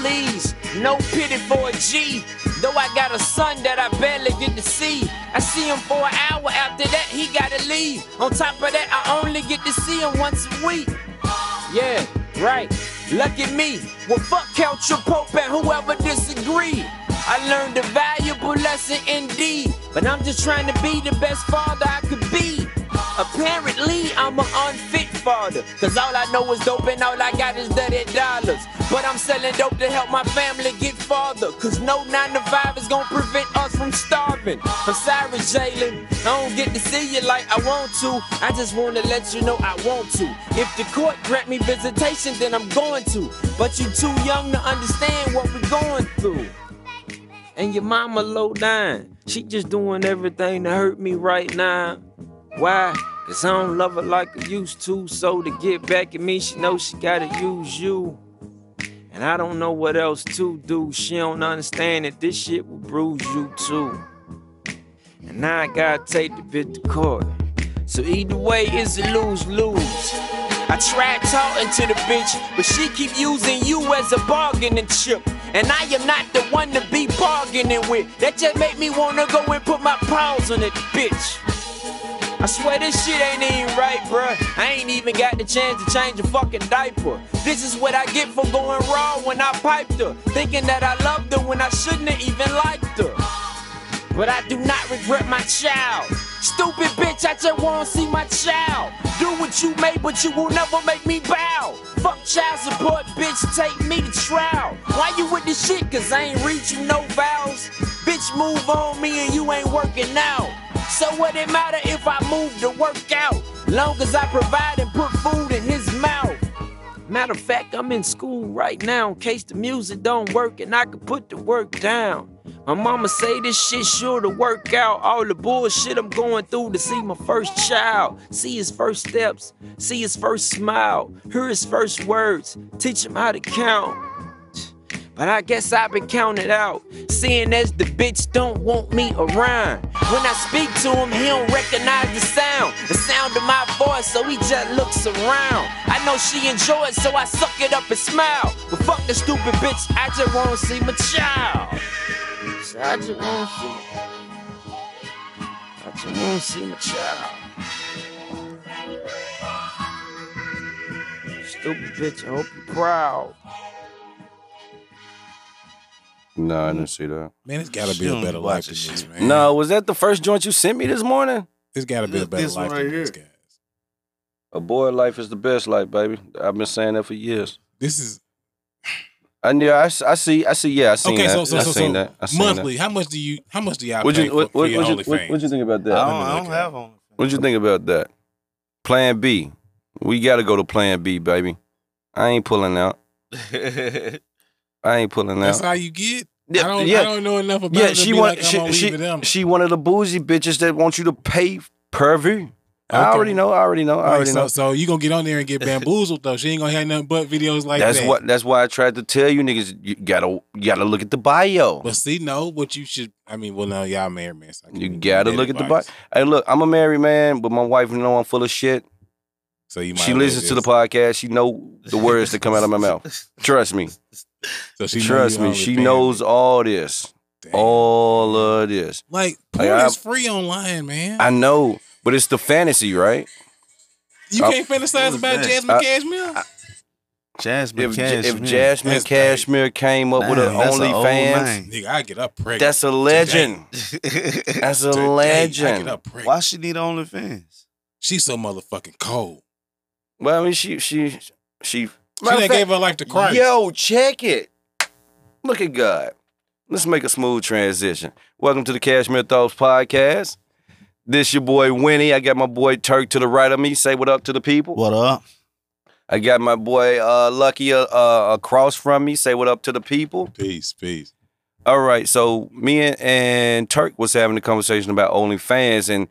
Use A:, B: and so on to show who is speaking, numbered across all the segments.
A: please. No pity for a G. Though I got a son that I barely get to see. I see him for an hour after that, he gotta leave. On top of that, I only get to see him once a week. Yeah, right. Lucky me. Well, fuck culture, Pope, and whoever disagreed. I learned a valuable lesson indeed. But I'm just trying to be the best father I could be. Apparently, I'm an unfit father. Cause all I know is dope and all I got is dirty dollars. But I'm selling dope to help my family get farther. Cause no 9 to 5 is gonna prevent us from starving. I'm sorry, Jalen. I don't get to see you like I want to. I just wanna let you know I want to. If the court grant me visitation, then I'm going to. But you too young to understand what we're going through. And your mama low down. She just doing everything to hurt me right now. Why? Cause I don't love her like I used to. So to get back at me, she knows she gotta use you. And I don't know what else to do. She don't understand that this shit will bruise you too. And now I gotta take the bit to court. So either way, it's a lose lose. I tried talking to the bitch, but she keep using you as a bargaining chip. And I am not the one to be bargaining with. That just make me wanna go and put my paws on it, bitch. I swear this shit ain't even right, bruh. I ain't even got the chance to change a fucking diaper. This is what I get for going raw when I piped her. Thinking that I loved her when I shouldn't have even liked her. But I do not regret my child. Stupid bitch, I just wanna see my child. Do what you may, but you will never make me bow. Fuck child support, bitch, take me to trial. Why you with this shit? Cause I ain't reaching no vows. Bitch, move on me and you ain't working out. So what it matter if I move to work out? Long as I provide and put food in his mouth. Matter of fact, I'm in school right now in case the music don't work and I can put the work down. My mama say this shit sure to work out. All the bullshit I'm going through to see my first child, see his first steps, see his first smile, hear his first words, teach him how to count. But I guess I've been counted out, seeing as the bitch don't want me around. When I speak to him, he don't recognize the sound, the sound of my voice, so he just looks around. I know she enjoys, so I suck it up and smile. But fuck the stupid bitch, I just wanna see my child. So I just wanna see, I just wanna see my child. Stupid bitch, I hope you're proud.
B: No, I didn't see that.
C: Man, it's gotta be
D: She
C: a
D: don't
C: better
D: be
C: life
D: watching
C: than this,
D: shit.
C: man.
B: No, Mm-hmm. was that the first joint you sent me this morning?
C: it's gotta be a
D: Look,
C: better
D: this one
C: life than
D: right
C: this,
D: here.
C: guys.
B: A boy life is the best life, baby. I've been saying that for years.
C: This is
B: I knew. I, s- I see. I see. Yeah, I seen
C: okay.
B: that.
C: So, so,
B: I
C: so,
B: seen
C: so
B: that. I seen
C: monthly, how much do you? How much do y'all
B: That. What
C: pay
B: you
C: for,
B: what
C: for
B: what
C: your
B: you
C: OnlyFans?
B: what you think about that?
D: I
C: Let
D: don't,
C: me
D: I
C: look
D: don't
C: at
D: have on.
B: What you think about that? Plan B. We gotta go to Plan B, baby. I ain't pulling out. I ain't pulling
C: That's
B: out.
C: how you get.
B: Yeah,
C: I don't.
B: yeah.
C: I don't know enough about.
B: Yeah,
C: it to
B: she
C: be
B: want
C: like, I'm
B: she
C: gonna leave it
B: she,
C: them.
B: she one of the boozy bitches that want you to pay pervy. I
C: Okay.
B: already know. I already know. I
C: Right,
B: already
C: so,
B: know.
C: so you gonna get on there and get bamboozled though. She ain't gonna have nothing but videos like
B: that's
C: that.
B: what. That's why I tried to tell you niggas. You gotta you gotta look at the bio.
C: But see, no, what you should. I mean, well, no, y'all married man. So I can't
B: You
C: give
B: gotta
C: that
B: look at the bio.
C: advice.
B: Hey, look, I'm a married man, but my wife know I'm full of shit.
C: So you might
B: She
C: as well
B: listens to the
C: just-
B: podcast. She know the words that come out of my mouth. Trust me.
C: So she know
B: Trust
C: you
B: me.
C: only
B: She
C: fan.
B: knows all this.
C: Damn.
B: All of this.
C: Like porn
B: I-
C: is free online, man.
B: I know, but it's the fantasy, right?
C: you
B: I-
C: can't fantasize
D: Who's
C: about
D: that?
C: Jasmine
B: I-
C: Cashmere.
D: Jasmine
B: If,
D: Cash.
B: if Jasmine
C: That's
B: Cashmere came up with her
D: Damn, that's an old
B: OnlyFans,
D: name.
C: Nigga, I get up pregnant.
B: that's a legend. That's a
C: Today, I get
B: legend.
C: up pregnant.
D: Why she need OnlyFans?
C: She's so motherfucking cold.
B: Well, I mean, she she she.
C: She
B: Matter of
C: done
B: fact,
C: gave her life to Christ.
B: Yo, check it. Look at God. Let's make a smooth transition. Welcome to the Cashmere Thoughts Podcast. This your boy Winnie. I got my boy Turk to the right of me. Say what up to the people.
D: What up?
B: I got my boy uh, Lucky uh, uh, across from me. Say what up to the people.
C: Peace, peace.
B: All right, so me and, and Turk was having a conversation about OnlyFans, and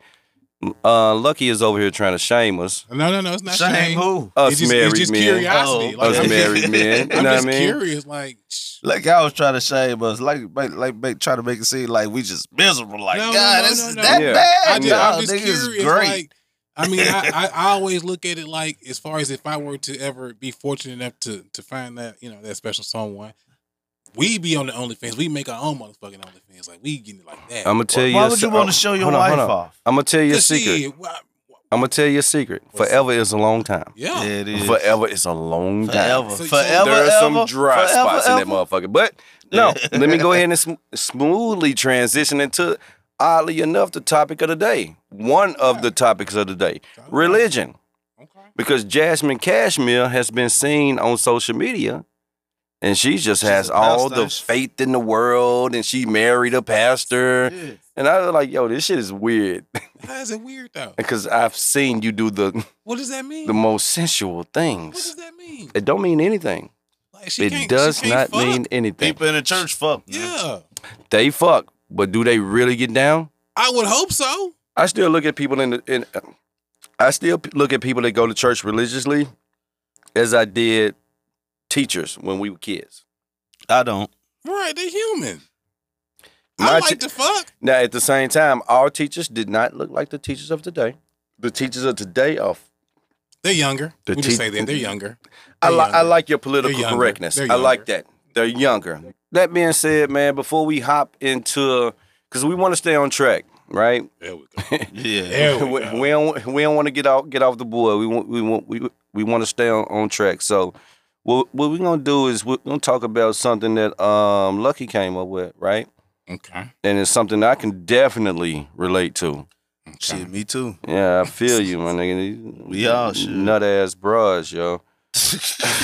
B: uh, Lucky is over here trying to shame us.
C: No, no, no, it's not shame.
D: Shame who?
B: Us
C: it's just,
B: married
C: it's just
B: men.
C: curiosity.
D: Oh,
C: like,
B: Us
C: I'm just-
B: married men. You know
C: I'm
B: what I
C: just
B: mean?
C: curious. Like, shh.
D: Like I was trying to shame us, like like, like make, try to make it seem like we just miserable. Like
C: No,
D: God,
C: no,
D: this
C: no,
D: is
C: no.
D: that
B: Yeah.
D: bad.
C: I just,
D: no,
C: I'm just
D: nigga, it's
C: curious.
D: great.
C: Like, I mean, I, I, I always look at it like, as far as if I were to ever be fortunate enough to to find that, you know, that special someone, we be on the OnlyFans. We make our own motherfucking OnlyFans. Like we getting it like that.
B: I'm gonna tell you.
D: Why would you want to show your wife off?
B: I'm gonna tell you a
C: Cause
B: secret.
C: shit, why-
B: I'm gonna tell you a secret.
C: What's-
B: Forever is a long time.
C: yeah.
D: it is.
B: Forever is a long time.
D: Forever.
C: So- so
D: forever.
B: there are
D: ever,
B: some dry
D: forever,
B: spots in that
D: ever.
B: motherfucker. But no, let me go ahead and sm- smoothly transition into oddly enough the topic of the day. One of the topics of the day, religion,
C: Okay.
B: because Jasmine Cashmere has been seen on social media. And she just
D: She's
B: has
D: a
B: all the
D: pastor.
B: faith in the world, and she married a pastor.
D: Yeah.
B: And I was like, "Yo, this shit is weird,"
C: How is it weird though?
B: because I've seen you do the
C: What does that mean?
B: the most sensual
C: what does
B: things.
C: that mean?
B: It don't mean anything.
C: Like, she can't- she
B: it does
C: can't
B: not
C: fuck?
B: mean anything.
D: People in the church fuck. man.
C: Yeah,
B: They fuck, but do they really get down?
C: I would hope so.
B: I still look at people in the in. I still p- look at people that go to church religiously, as I did teachers when we were kids.
D: I don't.
C: Right, they're human.
B: My
C: I
B: t-
C: like to fuck.
B: Now, at the same time, our teachers did not look like the teachers of today. The teachers of today are. f-
C: They're younger.
B: The
C: we just
B: te-
C: say that they're younger.
B: I,
C: They're
B: li- I
C: younger.
B: like your political
C: younger.
B: correctness.
C: They're
B: I like
C: younger.
B: that. They're younger. That being said, man, before we hop into, because we want to stay on track, right?
C: There we go.
D: Yeah.
C: There
B: we,
C: we go.
B: we don't we don't want to get off get off the board. We want we want we we want to stay on, on track. So what what we're gonna do is we're gonna talk about something that um Lucky came up with, right?
C: Okay.
B: And it's something I can definitely relate to.
D: Shit, me too.
B: Yeah, I feel you, my nigga.
D: We all should.
B: nut ass bras, yo.
C: Yeah,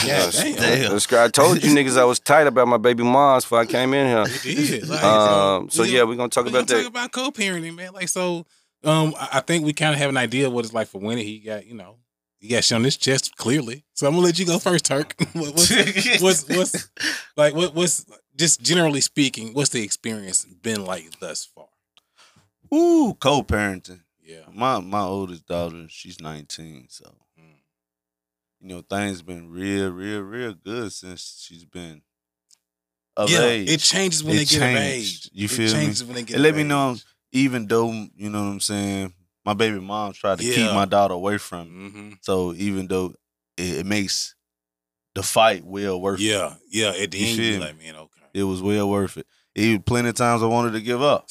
B: Yes.
C: damn.
D: Damn.
B: That's great. I told you niggas I was tight about my baby moms before I came in here.
C: It is. Like,
B: Um, so yeah,
C: we
B: we're gonna talk
C: we
B: about
C: gonna
B: that.
C: Talk about co-parenting, man. Like so, um, I, I think we kind of have an idea of what it's like for Winnie. He got, you know, he got shit on his chest clearly. So I'm gonna let you go first, Turk. what, what's, what's what's like what what's just generally speaking, what's the experience been like thus far?
D: Ooh, co-parenting.
C: Yeah.
D: My my oldest daughter, she's 19, so
C: Mm.
D: you know things been real, real, real good since she's been of
C: Mm. yeah,
D: age.
C: it changes when
D: It
C: they get of
D: changed.
C: age.
D: You
C: it
D: feel me?
C: changes when they get.
D: and
C: of
D: let me
C: age.
D: know, even though you know what I'm saying, my baby mom tried to keep
C: Yeah.
D: my daughter away from me.
C: Mhm.
D: So even though it, it makes the fight well worth it,
C: Yeah, yeah. At the
D: You
C: end, you be
D: feel me?
C: like, man, okay,
D: it was well worth it. Even plenty of times I wanted to give up.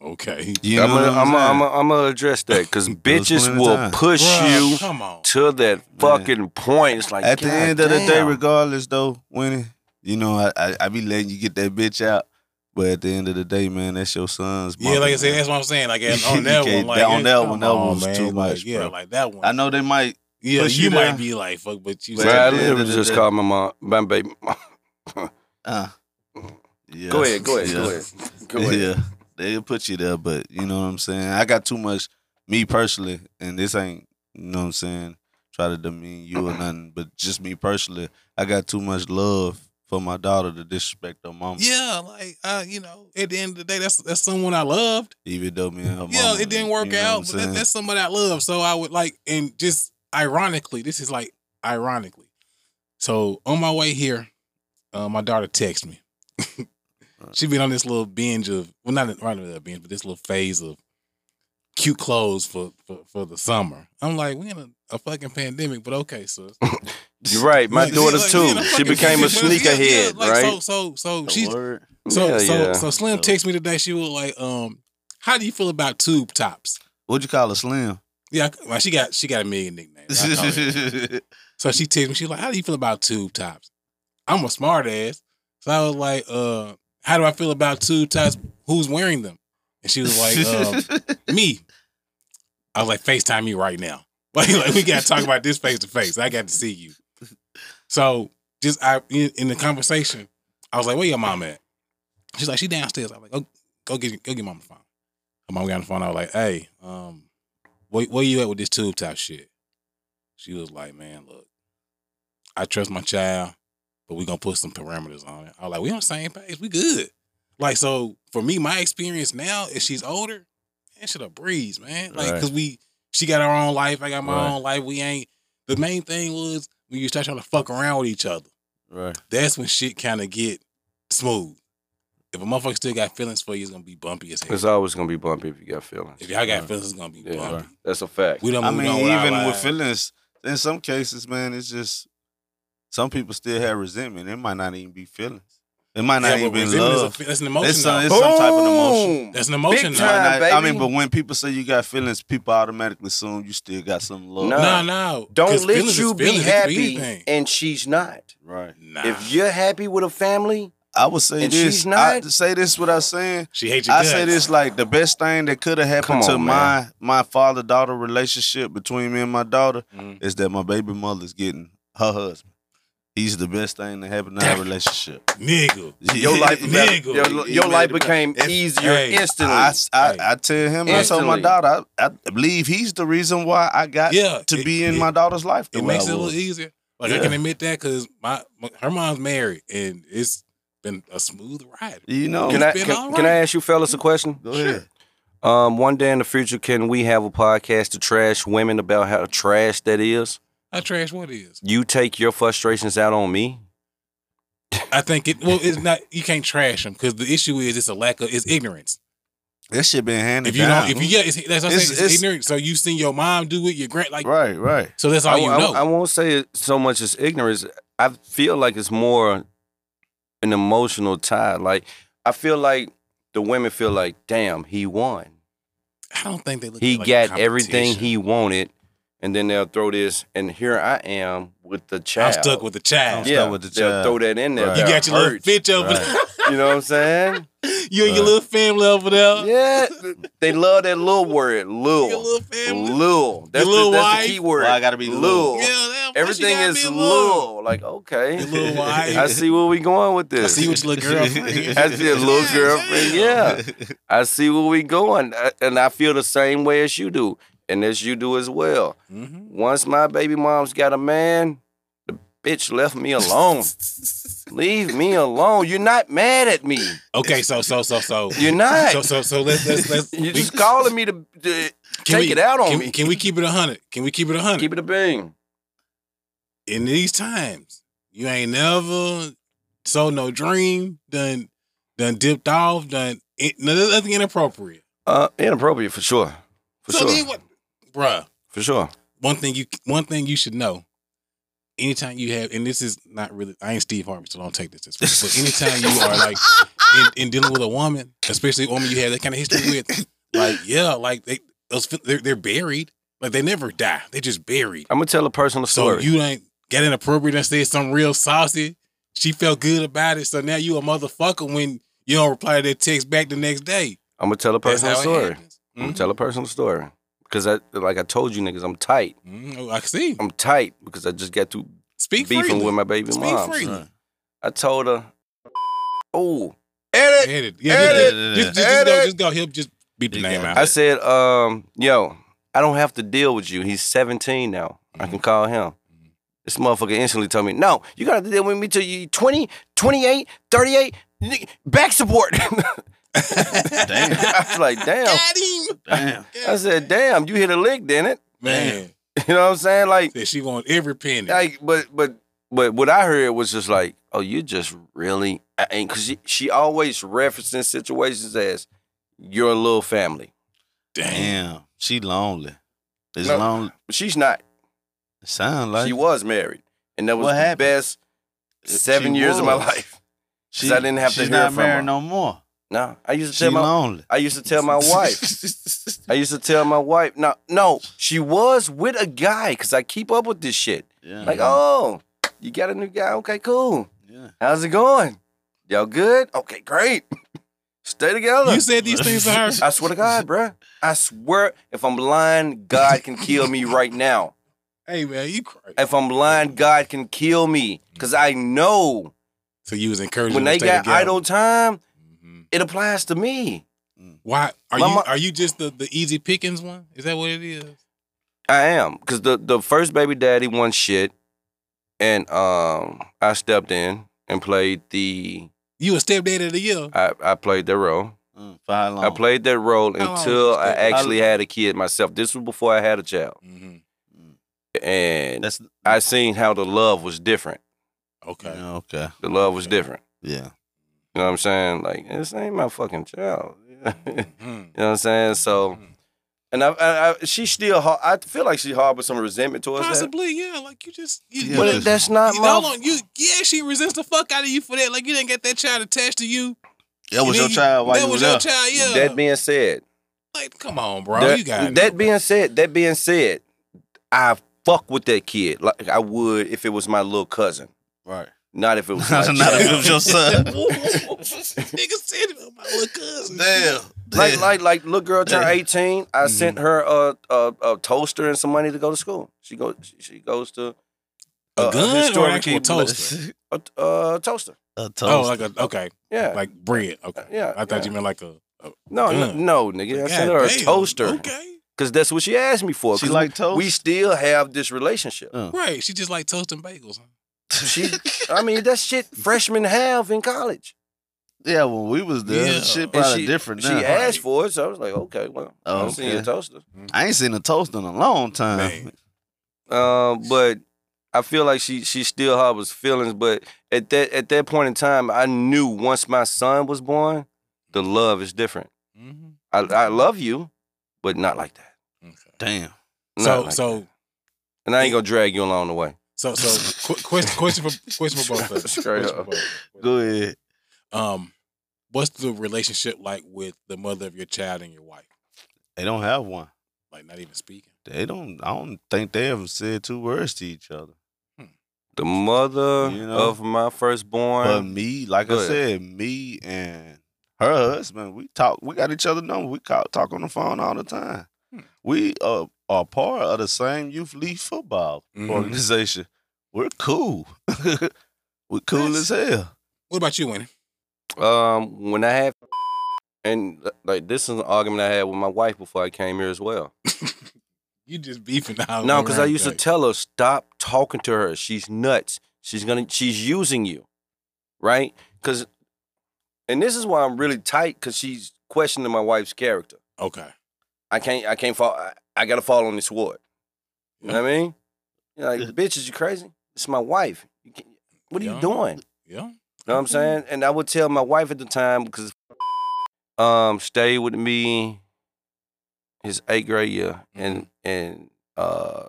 C: okay.
D: You know
B: I'm
D: what
B: gonna
D: I'm,
B: I'm
D: saying?
B: gonna I'm gonna address that because bitches
D: plenty of
B: will
D: time.
B: push
C: Bruh,
B: you
C: come on.
B: to that fucking point. It's like
D: At the
B: God
D: end of the day,
B: damn.
D: regardless though, Winnie, you know, I, I I be letting you get that bitch out. But at the end of the day, man, that's your son's.
C: Yeah, like I
D: mama,
C: said,
D: man.
C: that's what I'm saying. Like
D: You
C: on that one,
D: can't-
C: like
D: that- on
C: it's-
D: that
C: come
D: one, that
C: on,
D: one's
C: man.
D: too
C: Like,
D: much,
C: Yeah,
D: bro.
C: like that one.
D: I know they might.
C: Yeah,
D: push
C: you
D: you
C: might
D: down.
C: be like, fuck, but you
D: But
B: Bruh,
D: at
B: I
D: the
C: said,
D: end
B: literally
D: of the
B: just
D: day-
B: called my mom, my baby. mom.
D: Uh, yeah.
B: Go ahead, go ahead,
D: yeah.
B: go ahead, go ahead.
D: Yeah, they'll put you there, but you know what I'm saying. I got too much me personally, and this ain't you know what I'm saying. Try to demean you or nothing, but just me personally, I got too much love for my daughter to disrespect her mama.
C: yeah, like uh, you know, at the end of the day, that's that's someone I loved.
D: Even though me and her
C: Yeah,
D: mama,
C: it didn't
D: you
C: work
D: know what I'm
C: out, but that,
D: saying?
C: that's somebody I love. So I would like, and just ironically, this is like ironically. So on my way here, uh, my daughter texts me. she been on this little binge of, well, not not really a binge, but this little phase of cute clothes for for, for the summer. I'm like, we in a, a fucking pandemic, but okay, sis.
B: You're right. My
C: Like,
B: daughter
C: like,
B: too.
C: yeah, the
B: she
C: fucking-
B: became a
C: yeah, yeah,
B: sneakerhead,
C: like,
B: right?
C: So, so, so
D: The
C: she's
D: word.
C: so
B: yeah,
C: so
B: yeah.
C: so. Slim
D: So-
C: texted me today. She was like, um, how do you feel about tube tops?
D: What'd you call a slim?
C: Yeah, I- well, she got she got a million nicknames. I call it.
D: That's
C: so she texted me. She's like, how do you feel about tube tops? I'm a smart ass. So I was like, uh, how do I feel about tube tops? Who's wearing them? And she was like, um, me. I was like, FaceTime me right now. Like, like we gotta talk about this face to face. I got to see you. So just I in, in the conversation, I was like, where your mom at? She's like, she downstairs. I'm like, go, go get go get mom the phone. Her mom got on the phone. I was like, hey, um, where, where you at with this tube top shit? She was like, man, look, I trust my child, but we gonna put some parameters on it. I was like, we on the same page, we good. Like, so for me, my experience now is she's older, and should a breeze, man. Like,
D: Right.
C: cause we she got her own life, I got my
D: Right.
C: own life. We ain't the main thing was when you start trying to fuck around with each other,
D: right.
C: that's when shit kinda get smooth. If a motherfucker still got feelings for you, it's gonna be bumpy as hell.
B: It's always gonna be bumpy if you got feelings.
C: If y'all got
D: Right.
C: feelings, it's gonna be
B: Yeah.
C: bumpy.
B: That's a fact.
C: We don't.
D: I mean, even with feelings, in some cases, man, it's just some people still have resentment. It might not even be feelings. It might not
C: Yeah, but
D: even be
C: resentment is a
D: love.
C: fe- That's an
D: It's
C: emotion.
D: some,
C: though.
D: it's some type of emotion.
B: Boom.
C: That's an emotion.
B: Big
C: though.
B: time.
D: I- I,
B: baby.
D: mean, but when people say you got feelings, people automatically assume you still got some love.
B: No.
C: No, no. 'Cause
B: Don't let
C: feelings
B: you
C: is
B: be
C: feelings. It could
B: happy
C: anything.
B: and she's not.
D: Right.
C: Nah.
B: If you're happy with a family,
D: I would say
B: And
D: this.
B: she's
D: I
B: not?
D: say this without saying.
C: she hates you.
D: I say this like the best thing that could have happened
B: Come
D: to
B: on,
D: my
B: man.
D: my father daughter relationship between me and my daughter
C: Mhm.
D: is that my baby mother's getting her husband. He's the best thing that happened to our relationship.
C: nigga.
B: your life,
C: Nigga.
B: your, your
D: You made
B: life
D: it better.
B: became
D: If-
B: easier
C: Hey,
B: instantly.
D: I, I,
C: Hey.
D: I tell him, I told my
B: Instantly.
D: daughter, I, I believe he's the reason why I got
C: Yeah,
D: to
C: it-
D: be in
C: it-
D: my daughter's life. the
C: It
D: way
C: makes
D: I
C: it a little
D: was.
C: easier. Like I
D: Yeah.
C: can admit that because my, my her mom's married and it's been a smooth ride.
D: You know,
B: can I
C: been
B: can,
C: all
B: can I
C: right.
B: ask you fellas a question?
D: go ahead.
B: Um, one day in the future, can we have a podcast to trash women about how trash that is?
C: How trash what is?
B: You take your frustrations out on me.
C: I think it. Well, it's not. You can't trash them because the issue is it's a lack of it's ignorance.
D: That shit been handed
C: If you
D: down.
C: don't, if you yeah, it's, that's what I'm
D: It's-
C: saying. It's,
D: it's-
C: ignorant. So you seen your mom do it, your grand like.
D: right, right.
C: So that's all
B: I,
C: you
B: I-
C: know.
B: I won't say it so much as ignorance. I feel like it's more an emotional tie. Like I feel like the women feel like, damn, he won.
C: I don't think they look.
B: He
C: at, like,
B: got everything
C: competition.
B: he wanted, and then they'll throw this, and here I am with the
C: I'm
B: child.
C: stuck with the child.
D: I'm
B: yeah,
D: stuck with the
B: they'll
D: child.
B: throw that in there.
D: Right.
C: You
B: They'll
C: got your
B: hurt.
C: little bitch over
D: Right.
B: You know what I'm saying?
C: there. you and your
D: Right.
C: little family over there.
B: yeah, they love that little word, little,
C: Your little family.
B: little. That's,
C: little
B: the, that's
C: wife.
B: the key word.
D: Well, I gotta be little.
B: little.
C: Yeah, that- why she
B: Everything
C: gotta
B: is
C: be
B: little. Like okay,
C: Your little wife.
B: I see where we going with
C: I
B: this.
C: see what your little girlfriend. is.
B: I see a little
C: Yeah,
B: girlfriend.
C: yeah.
B: Yeah, I see where we going, uh, and I feel the same way as you do, and as you do as well.
C: Mhm.
B: Once my baby mom's got a man, the bitch left me alone. Leave me alone. You're not mad at me.
C: Okay, so so so so.
B: You're not.
C: So so so let's let's let's
B: You're
C: we-
B: just calling me to, to
C: can
B: take
C: we-
B: it out on
C: can,
B: me.
C: Can we keep it a hundred? Can we keep it a hundred?
B: keep it a bing.
C: in these times, you ain't never sold no dream, done done dipped off, done it, no- nothing inappropriate.
B: Uh, inappropriate for sure. For
C: so
B: sure.
C: then what, bruh?
B: for sure.
C: One thing you one thing you should know. Anytime you have, and this is not really, I ain't Steve Harvey, so don't take this as but anytime you are like in, in dealing with a woman, especially a woman you have that kind of history with, like yeah, like they those fe- they're, they're buried, like they never die, they just buried.
B: I'm gonna tell a personal
C: So
B: story.
C: you ain't got inappropriate and said something real saucy. She felt good about it. So now you a motherfucker when you don't reply to that text back the next day.
B: I'm gonna tell a
C: That's
B: personal
C: how it
B: story.
C: happens.
B: I'm gonna
C: Mhm.
B: tell a personal story because I, like I told you niggas, I'm tight.
C: Mhm. Oh, I can see.
B: I'm tight because I just got to
C: Speak
B: beefing
C: freely.
B: with my baby
C: Speak
B: mom.
C: freely.
B: I told her, "Oh, edit."
C: Edit. Yeah, just-
D: Edit.
C: Just, just- just go.
B: Edit.
C: Just go. He'll just beat the
D: You
C: name
D: got
C: out.
B: I said, "Um, yo, I don't have to deal with you. He's 17 now. I can call him." This motherfucker instantly told me, "No, you gotta deal with me till you 20, 28, 38, nigga, back support."
D: Damn,
B: I was like, "Damn."
D: damn.
B: I said, "Damn, you hit a lick, didn't it?"
C: Man,
B: You know what I'm saying? Like,
C: that she want every penny.
B: like, but, but, but what I heard was just like, "Oh, you just really," I ain't because she, she always referencing situations as your little family.
C: Damn.
D: Damn, she lonely. It's
B: No.
D: lonely.
B: But she's not.
D: It sound like
B: she was married, and that was
D: What
B: the
D: happened? Uh,
B: best seven
D: She
B: years of my
D: was.
B: life.
D: She,
B: 'Cause I didn't have to
D: she's
B: hear
D: not
B: from
D: married
B: her.
D: no more.
B: No, I used to
D: She
B: tell my
D: lonely.
B: I used to tell my wife. I used to tell my wife. No, no, she was with a guy because I keep up with this shit.
D: Yeah.
B: Like, oh, you got a new guy? Okay, cool.
D: Yeah.
B: How's it going? Y'all good? Okay, great. Stay together.
C: You said these things to her.
B: I swear to God, bruh. I swear, if I'm lying, God can kill me right now.
C: hey man, you crazy.
B: If I'm lying, God can kill me because I know
C: So you was encouraging
B: when
C: them
B: they
C: to stay
B: got
C: together.
B: idle time,
C: Mhm.
B: it applies to me.
C: Why are
B: My
C: you
B: mo-
C: are you just the, the easy pickings one? Is that what it is?
B: I am because the the first baby daddy won shit, and um I stepped in and played the
C: You a stepdad of the year.
B: I, I played that role.
D: Mm, for how long?
B: I played that role
C: How long
B: until
C: was
B: I
C: that?
B: actually had a kid myself. This was before I had a child,
C: Mhm.
B: and
D: Mm. That's
B: I seen how the love was different.
C: Okay.
D: yeah, okay.
B: The love was different.
D: Yeah.
B: You know what I'm saying? Like this ain't my fucking child. you know
C: Mhm.
B: what I'm saying? So And I, I, I she still, har- I feel like she harbors some resentment towards that.
C: Possibly, yeah. Like you just, you,
D: Yeah,
C: you,
B: But
D: that's-
B: it- that's not
C: you,
B: my.
C: hold on, you, yeah, she resents the fuck out of you for that. Like you didn't get that child attached to you. And
D: That was your
C: then you-
D: child while
C: That
D: you was
C: was your
D: there.
C: child, yeah.
B: That being said,
C: like, come on, bro,
B: that,
C: you got
B: that being said, that being said, I fuck with that kid like I would if it was my little cousin,
D: Right.
B: not if it was my
D: Not if it
B: child.
D: was your son.
C: Nigga said it was my little cousin.
D: Damn.
B: Like
D: Damn.
B: like like little girl turned
D: Yeah.
B: eighteen. I
C: Mm-hmm.
B: sent her a, a a toaster and some money to go to school. She go she, she goes to
C: A
B: uh,
C: gun or
B: historic
C: actual
B: kid-
C: toaster?
B: A, a toaster.
D: a toast.
C: Oh, like a okay,
B: Yeah,
C: like bread. Okay,
B: yeah.
C: I thought
B: yeah.
C: you meant like a. a
B: no,
C: gun.
B: no, no, nigga. I sent her a
C: Goddamn,
B: toaster
C: Okay,
B: because that's what she asked me for.
D: she
B: 'cause
D: like toast.
B: we still have this relationship.
D: Oh.
C: right. She just like toasting bagels. Huh?
B: She, I mean, that shit freshmen have in college.
D: yeah, when we was there,
C: Yeah.
D: shit
C: And
D: probably
B: she-
D: different
B: She
D: now.
B: asked for it, so I was like, okay, well,
D: Oh,
B: I'm seeing your
D: okay.
B: toaster.
D: I ain't seen a toast in a long time.
C: Man.
B: Um, but I feel like she she still harbors feelings, but at that at that point in time, I knew once my son was born, the love is different.
C: Mm-hmm.
B: I I love you, but not like that.
C: Okay.
D: Damn.
B: Not
C: So
B: like
C: so
B: that. and I ain't gonna drag you along the way.
C: so so qu- question question for question for both of us.
B: Straight
C: Question
B: up.
C: for both of us.
D: Go ahead.
C: Um, what's the relationship like with the mother of your child and your wife?
D: They don't have one.
C: Like not even speaking.
D: They don't. I don't think they ever said two words to each other.
B: The mother
D: You know?
B: of my
D: But
B: firstborn.
D: me, like I
B: Good.
D: said, me and her husband, we talk. We got each other number. We call, talk on the phone all the time.
C: Hmm.
D: We are, are part of the same youth league football
B: Mm-hmm.
C: Mhm.
D: organization. We're cool. We're cool
C: That's-
D: as hell.
C: What about you, Winnie?
B: um, when I had and like this is an argument I had with my wife before I came here as well.
C: You just beefing out.
B: No, because I used to tell her stop talking to her. She's nuts. She's gonna. She's using you, right? Because, and this is why I'm really tight. Because she's questioning my wife's character.
C: okay.
B: I can't. I can't fall. I, I gotta fall on this sword. You know what I mean? You're like, bitch, is you crazy? It's my wife. You can't, what are
C: Yeah.
B: you doing? You
C: Yeah.
B: know what I'm saying? And I would tell my wife at the time because, um, stayed with me. His eighth grade year, and and uh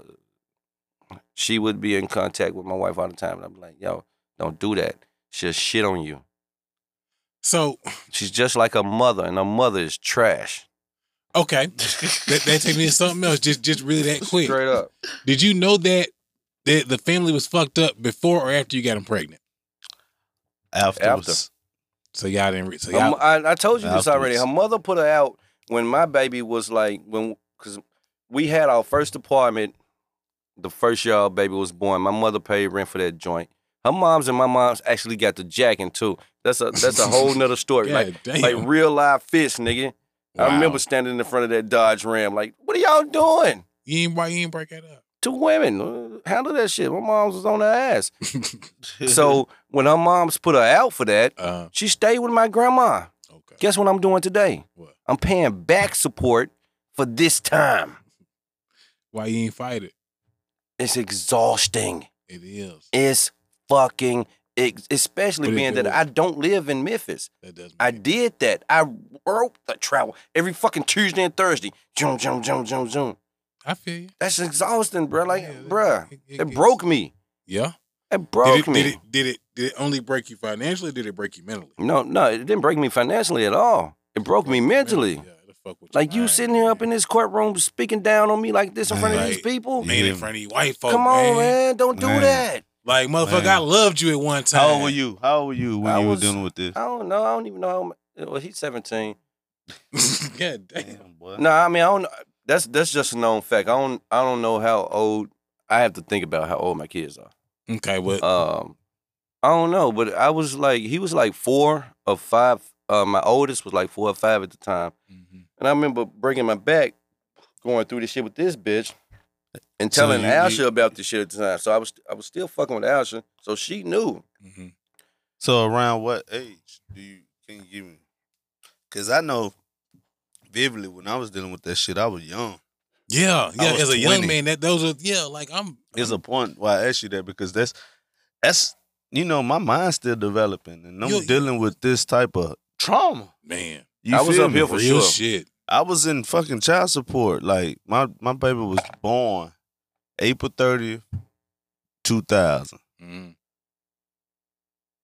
B: she would be in contact with my wife all the time. And I'm like, yo, don't do that. She'll shit on you.
C: So
B: She's just like her mother, and her mother is trash.
C: okay, that, that takes me to something else. Just just really that quick.
B: Straight up.
C: Did you know that that the family was fucked up before or after you got him pregnant?
D: Afterwards,
C: So y'all didn't. Re- so
B: Her
C: y'all.
B: mo- I, I told you this already.
D: Afterwards.
B: Her mother put her out when my baby was like when because we had our first apartment. The first year our baby was born, my mother paid rent for that joint. Her mom's and my mom's actually got the jacking too. That's a that's a whole nother story.
C: God
B: like
C: damn.
B: like real live fish, nigga. I
C: Wow.
B: remember standing in front of that Dodge Ram, like, what are y'all doing?
C: you ain't, why you ain't break that up.
B: Two women uh, handle that shit. My mom's was on her ass. so when her mom's put her out for that,
C: Uh,
B: she stayed with my grandma.
C: okay.
B: Guess what I'm doing today?
C: What?
B: I'm paying back support for this time.
C: Why you ain't fight it?
B: It's exhausting.
C: It is.
B: It's fucking, ex- especially
C: But it-
B: being that I don't live in Memphis.
C: That does.
B: I
C: make-
B: did that. I wrote the travel every fucking Tuesday and Thursday. Zoom, zoom, zoom, zoom, zoom.
C: I feel you.
B: That's exhausting, bro. Like,
C: Yeah, that-
B: bruh,
C: it- it
B: it
C: gets-
B: broke me.
C: Yeah.
B: It broke
C: did, it,
B: me.
C: did it did it did it only break you financially? Or did it break you mentally?
B: No, no, it didn't break me financially at all. It broke me mentally.
C: Yeah, it'll fuck with
B: Like you
C: mind,
B: sitting here up in this courtroom speaking down on me like this in front of
C: Right.
B: these people.
C: man in
D: Yeah.
C: front of you white folk.
B: Come on, man. Don't do
D: Man.
B: that.
C: Like motherfucker,
D: Man.
C: I loved you at one time.
D: how old were you? How old were you when
B: I
D: you
B: was-
D: were dealing with this?
B: I don't know. I don't even know. How, ma- well, he's 17.
C: God damn.
D: Damn, boy.
B: No, I mean, I don't. That's that's just a known fact. I don't I don't know how old. I have to think about how old my kids are.
C: Okay, but
B: Um, I don't know, but I was like, he was like four or five. Uh, my oldest was like four or five at the time.
C: Mhm.
D: mm-hmm,
B: And I remember breaking my back, going through this shit with this bitch, and
D: So
B: telling
D: you- you-
B: Asha about this shit at the time. So I was I was still fucking with Asha, so she knew.
D: mm-hmm.
C: Mhm.
D: So around what age do you can you give me? Cause I know vividly when I was dealing with that shit, I was young.
C: yeah, yeah.
D: was
C: As a young
D: 20.
C: man, that those are yeah. Like I'm.
D: It's a point why I asked you that because that's that's you know my mind's still developing and I'm
C: You-
D: dealing with this type of trauma.
C: man.
D: You
B: I was
D: feel
B: up
D: me?
B: here for
C: real
B: sure.
C: shit.
D: I was in fucking child support. Like my my baby was born April 30th, 2000.
C: Mm.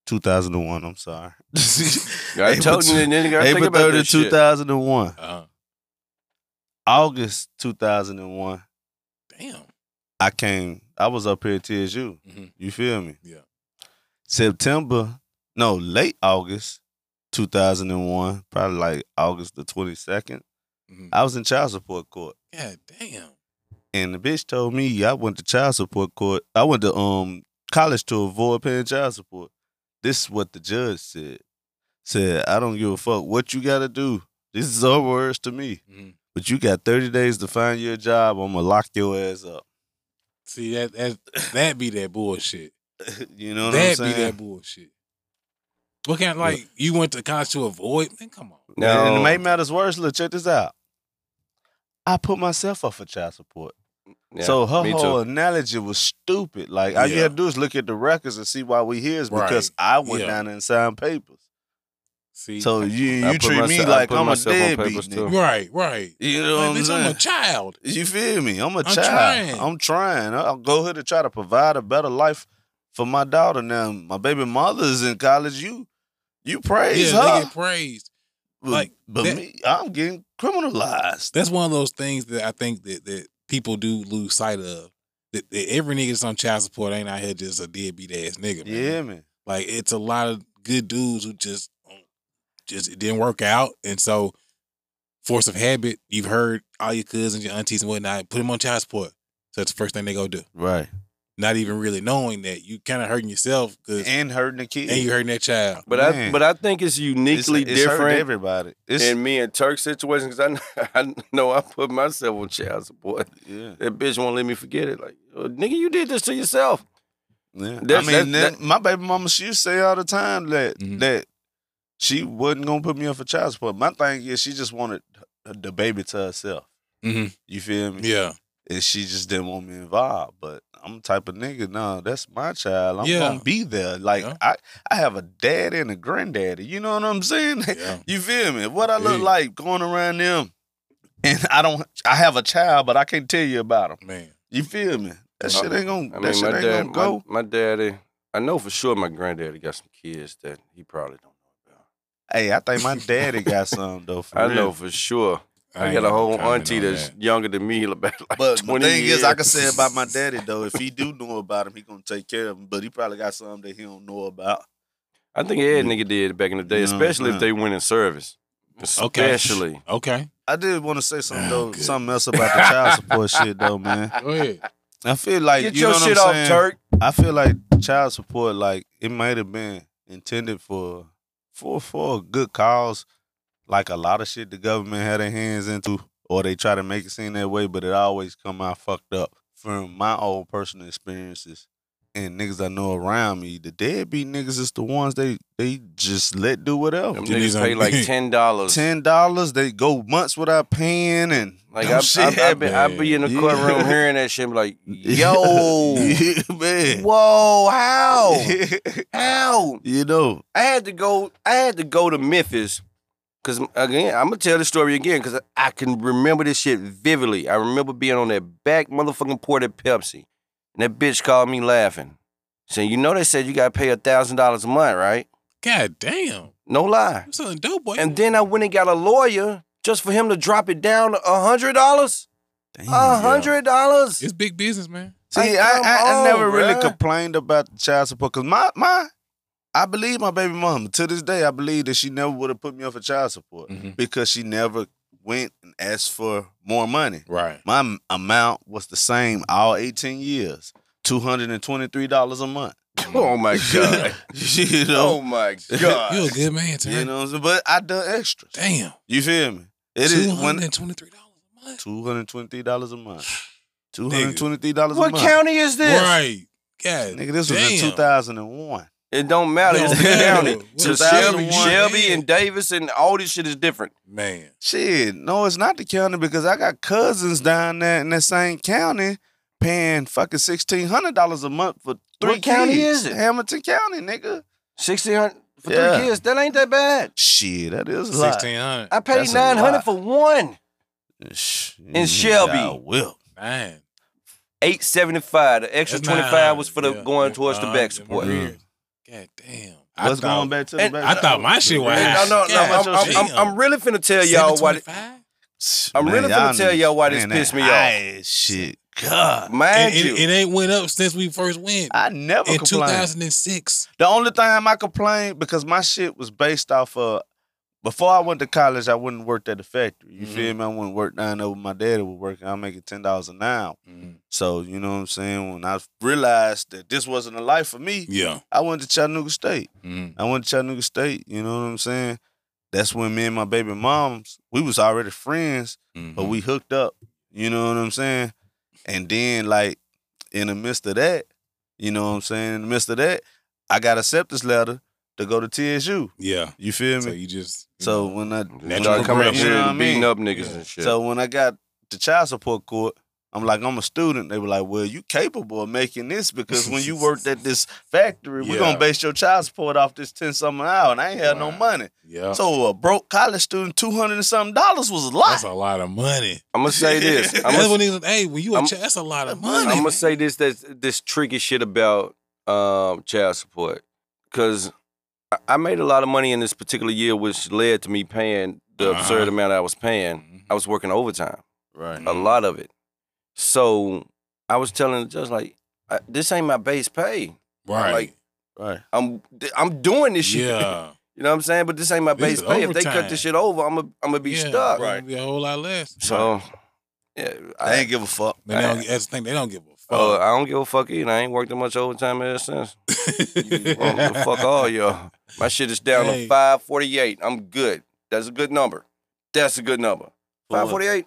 D: 2001, I'm sorry.
B: I
D: April
B: told you,
D: two-
B: and then you gotta think
D: April
B: about
D: 30th,
B: this shit.
D: 2001.
C: Uh,
D: August 2001,
C: damn.
D: I came, I was up here at TSU.
C: Mhm.
D: You feel me?
C: Yeah.
D: September, no, late August 2001, probably like August the 22nd,
C: Mhm.
D: I was in child support court.
C: God damn.
D: And the bitch told me I went to child support court. I went to um college to avoid paying child support. This is what the judge said. Said, I don't give a fuck what you gotta do. This is her words to me.
C: Mhm.
D: But you got 30 days to find your job. I'm gonna lock your ass up.
C: See that that that be that bullshit.
D: you know what
C: that
D: I'm
C: be
D: saying?
C: that bullshit. What kind of, like you went to college to avoid? Man, come on.
D: And- And
B: No.
D: to make matters worse, look, check this out. I put myself up for child support.
B: Yeah,
D: so her
B: me too.
D: whole analogy was stupid. Like all you
C: Yeah.
D: had to do is look at the records and see why we here is
C: Right.
D: because I went
C: Yeah.
D: down there and signed papers.
C: See,
D: So you
B: I
D: you
B: put
D: treat me
B: myself- I
D: like
B: put
D: I'm a
B: myself on
D: deadbeat.
B: papers, too.
D: nigga.
C: right, right.
D: You know
C: Like,
D: what I'm
C: bitch, I'm a
D: saying?
C: child.
D: You feel me? I'm a
C: I'm
D: child.
C: trying.
D: I'm trying. I'll go here to try to provide a better life for my daughter. Now my baby mother's in college. You you praise
C: yeah,
D: her.
C: they get praised.
D: But,
C: Like,
D: but
C: that-
D: me, I'm getting criminalized.
C: That's one of those things that I think that that people do lose sight of. That, that every nigga that's on child support ain't out here just a deadbeat ass nigga. Man.
D: Yeah, man.
C: Like it's a lot of good dudes who just just it didn't work out, and so force of habit, you've heard all your cousins, your aunties, and whatnot put them on child support. So that's the first thing they go do,
D: Right.
C: not even really knowing that you kind of hurting yourself because and,
D: And hurting the kids.
C: you hurting that child.
B: But I
D: Man.
B: but I think it's uniquely
D: it's, it's hurting
B: different
D: everybody. It's
B: in me and Turk situation because I, kn- I know I put myself on child support.
D: yeah,
B: That bitch won't let me forget it. Like "Uh, nigga, you did this to yourself.
D: yeah.
B: That's-
D: I mean,
B: that-
D: that- my baby mama, she used to say all the time that
C: Mhm.
D: that she wasn't gonna put me up for child support. My thing is, she just wanted the baby to herself.
C: Mhm.
D: You feel me?
C: Yeah,
D: And she just didn't want me involved. But I'm the type of nigga. No, that's my child. I'm
C: Yeah.
D: gonna be there. Like
C: Yeah.
D: I, I have a daddy and a granddaddy. You know what I'm saying?
C: yeah,
D: You feel me? What I look
C: Yeah.
D: like going around them, and I don't. I have a child, but I can't tell you about him.
C: man.
D: You feel me? That
B: I-
D: shit ain't gonna.
B: I mean,
D: that shit
B: my
D: ain't
B: dad,
D: gonna go.
B: My, my daddy. I know for sure my granddaddy got some kids that he probably don't know about.
D: Hey, I think my daddy got some though. For
B: I
D: real.
B: know for sure. I, got
C: ain't
B: a whole
C: comment on
B: auntie that's
C: that.
B: younger than me about like
D: But the
B: 20
D: thing
B: years.
D: is, I can say about my daddy though. If he do know about him, he gonna take care of him. But he probably got some that he don't know about.
B: I think
D: Mm.
B: every nigga did back in the day,
D: You know what I'm
B: especially if
D: saying?
B: they went in service.
C: Okay.
B: Especially.
C: Okay,
D: I did want to say something
C: Oh,
D: though.
C: good.
D: Something else about the child support shit though, man.
C: go ahead.
D: I feel like
B: Get
D: you
B: your
D: know what
B: shit
D: I'm
B: off,
D: saying?
B: Turk.
D: I feel like child support, like it might have been intended for for for a good cause, like a lot of shit the government had their hands into, or they try to make it seem that way, but it always come out fucked up. From my own personal experiences and niggas I know around me, the deadbeat niggas is the ones they they just let do whatever.
B: Them
C: Get his
B: niggas pay
C: own-
B: like ten dollars.
D: Ten dollars, they go months without paying, and
B: Like
D: dumb
B: I,
D: shit
B: I, I, be, I be in the
D: Yeah.
B: courtroom hearing that shit, be like,
D: happen.
B: yo,
D: Yeah, man.
B: whoa, how, how?
D: you know,
B: I had to go. I had to go to Memphis because again, I'm gonna tell the story again because I can remember this shit vividly. I remember being on that back motherfucking port at Pepsi, and that bitch called me laughing, saying, "You know they said you gotta pay a thousand dollars a month, right?
C: God damn,
B: No lie."
C: you selling dope, boy.
B: And then I went and got a lawyer just for him to drop it down to a hundred dollars. A hundred dollars.
C: it's big business, man.
D: See,
B: Like,
D: I,
B: come
D: I, I
B: on,
D: never really
B: bruh.
D: complained about the child support because my my I believe my baby mama to this day I believe that she never would have put me up for child
B: Mm.
D: support
C: Mhm.
D: because she never went and asked for more money.
C: Right.
D: My m- amount was the same all eighteen years, two hundred and twenty three dollars a month.
B: Oh my god.
D: you
B: oh
D: know,
B: my
C: You a
B: god.
C: good man, Terry.
D: you know, what I'm saying? but I done extras.
C: Damn.
D: You feel me? It
C: Two
D: is
C: hundred
D: when
C: and twenty-three dollars a month.
D: two hundred twenty three dollars a month. Two hundred twenty three dollars a
B: What
D: month.
B: county is this?
C: Right. God.
D: Nigga, this was
C: damn.
D: in two thousand and one.
B: It don't matter. It's the
C: Don't matter.
B: county.
C: What
B: So Shelby,
D: 2001.
B: Shelby and Davis and all this shit is different.
C: Man.
D: Shit, no, it's not the county because I got cousins down there in that same county paying fucking sixteen hundred dollars a month for three
B: What county
D: kids.
B: is it?
D: Hamilton County, nigga.
B: Sixteen hundred. for
D: Yeah.
B: three kids. That ain't that bad.
D: Shit, that is a lot.
C: Sixteen hundred.
B: I paid
D: That's a
B: nine hundred
D: lot.
B: for one.
D: Shh,
B: In
D: you
B: Shelby.
D: got whip.
C: Man,
B: Eight seventy five. The extra
C: that's
B: twenty five was for the
C: $900.
B: going towards the
C: Yeah,
B: back
C: $900.
B: support.
D: Mm.
C: God damn. I
D: What's
C: thought-
D: going back to the
B: and
D: back?
C: I thought my shit was
B: Hey,
C: high.
B: no, no, no.
C: Yeah,
B: I'm, I'm, I'm, I'm really finna tell y'all why.
C: 725?
B: I'm really finna
D: y'all
B: tell
D: niggas-
B: y'all why this
D: man, that
B: pissed me off.
D: high as Shit, God,
B: Mind
C: It,
B: you,
C: it, it ain't went up since we first went
D: I never
C: in
D: complained.
C: 2006.
D: The only time I complained because my shit was based off of before I went to college, I wouldn't work at the factory. You feel me? I wouldn't work down there with my daddy was working. I'm making ten dollars an hour. So you know what I'm saying. When I realized that this wasn't a life for me,
C: Yeah.
D: I went to Chattanooga State. I went to Chattanooga State. You know what I'm saying. That's when me and my baby moms we was already friends, but we hooked up. You know what I'm saying? And then like in the midst of that, you know what I'm saying? In the midst of that, I got acceptance letter to go to TSU.
C: Yeah.
D: You feel
C: So
D: me?
C: you just
D: So when I when I
B: started coming up
D: progressed, you
B: here
D: know what I
B: and beating
D: mean?
B: up niggas and Oh, shit.
D: So when I got the child support court, I'm like, I'm a student. They were like, Well, you capable of making this because when you worked at this factory, we're
C: Yeah.
D: gonna base your child support off this ten something an hour, and I ain't had no
C: Wow.
D: money.
C: yeah,
D: So a broke college student, two hundred and something dollars was a lot.
C: that's a lot of money.
B: I'm gonna say this. I'm
C: that's
B: gonna,
C: when niggas, hey, when you a
B: I'm-
C: ch- that's a lot of
B: I'm
C: money.
B: gonna
C: man.
B: say this. That's this tricky shit about um, child support because I made a lot of money in this particular year, which led to me paying the
C: Uh-huh. Mm-hmm.
B: absurd amount I was paying.
C: Mhm.
B: I was working overtime,
D: right.
B: a lot of it. So I was telling the judge like, I, this ain't my base pay.
C: right.
B: like,
D: Right.
B: I'm I'm doing this shit.
C: yeah.
B: You know what I'm saying? But this ain't my
C: This
B: base
C: is
B: pay. If they cut
C: overtime.
B: this shit over, I'm gonna I'm gonna be
C: yeah,
B: stuck.
C: it's gonna Be a whole lot less.
B: So yeah, I,
D: I ain't give a fuck.
C: They don't, that's the thing. They don't give a fuck.
B: uh, I don't give a fuck either. I ain't worked that much overtime ever since. Well, the Oh, fuck all y'all. My shit is down
C: Hey.
B: to five forty eight. I'm good. That's a good number. That's a good number.
D: For what?
B: Five forty eight.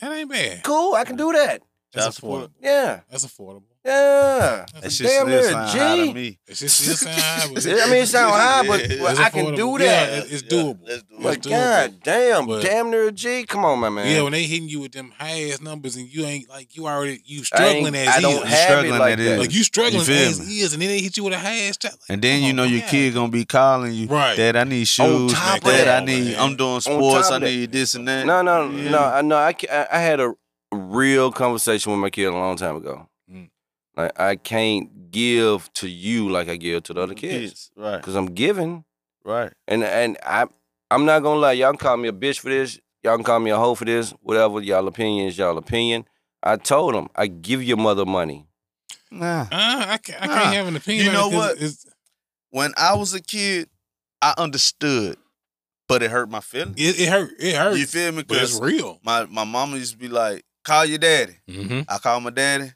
C: That ain't bad.
B: Cool. I can do that.
C: That's
D: Child support.
C: affordable.
B: Yeah.
C: That's affordable.
B: Yeah.
C: That's
D: That
C: a-
D: shit
B: Damn
D: still
B: near a
D: sound high to
B: G.
D: me.
C: It's just, it's just high, but
B: I mean, it sound high, but
D: Yeah.
B: well,
C: It's
B: I can do
C: affordable.
B: that.
C: Yeah, it- it's doable.
D: let's do it.
B: But
C: doable.
B: god damn,
C: But-
B: damn near a G. Come on, my man.
C: Yeah, when they hitting you with them high ass numbers and you ain't like you already you
B: I,
C: struggling
B: ain't-
C: as
B: I
C: is.
B: don't have it
D: Struggling
B: like
D: that is.
B: that.
C: like you struggling
D: You feel
C: as
D: me?
C: is, and then they hit you with a high ass child. Like,
D: And then you
C: come
D: know
C: on,
D: your
C: yeah.
D: kid gonna be calling you.
C: Right.
D: Dad, I need shoes.
B: top of
D: Dad,
C: that,
D: I need.
C: man.
D: I'm doing
B: top
D: sports.
B: of
D: I
B: that.
D: need this and that.
B: No, no,
D: Yeah.
B: no. I know. I, ca- I I had a real conversation with my kid a long time ago.
C: Mm.
B: Like I can't give to you like I give to the other kids
D: Right.
B: because I'm giving,
D: Right.
B: and and I I'm not gonna lie. Y'all can call me a bitch for this. Y'all can call me a hoe for this. Whatever y'all opinion is, y'all opinion. I told him I give your mother money.
D: Nah.
C: Uh, I can't, I
D: Nah.
C: can't have an opinion.
D: You
C: on it
D: know
C: 'cause
D: what?
C: It's,
D: When I was a kid, I understood, but it hurt my feelings.
C: it, it hurt. It hurt.
D: You feel me?
C: but it's
D: Because
C: real.
D: my my mama used to be like, "Call your daddy."
C: Mm-hmm.
D: I call my daddy.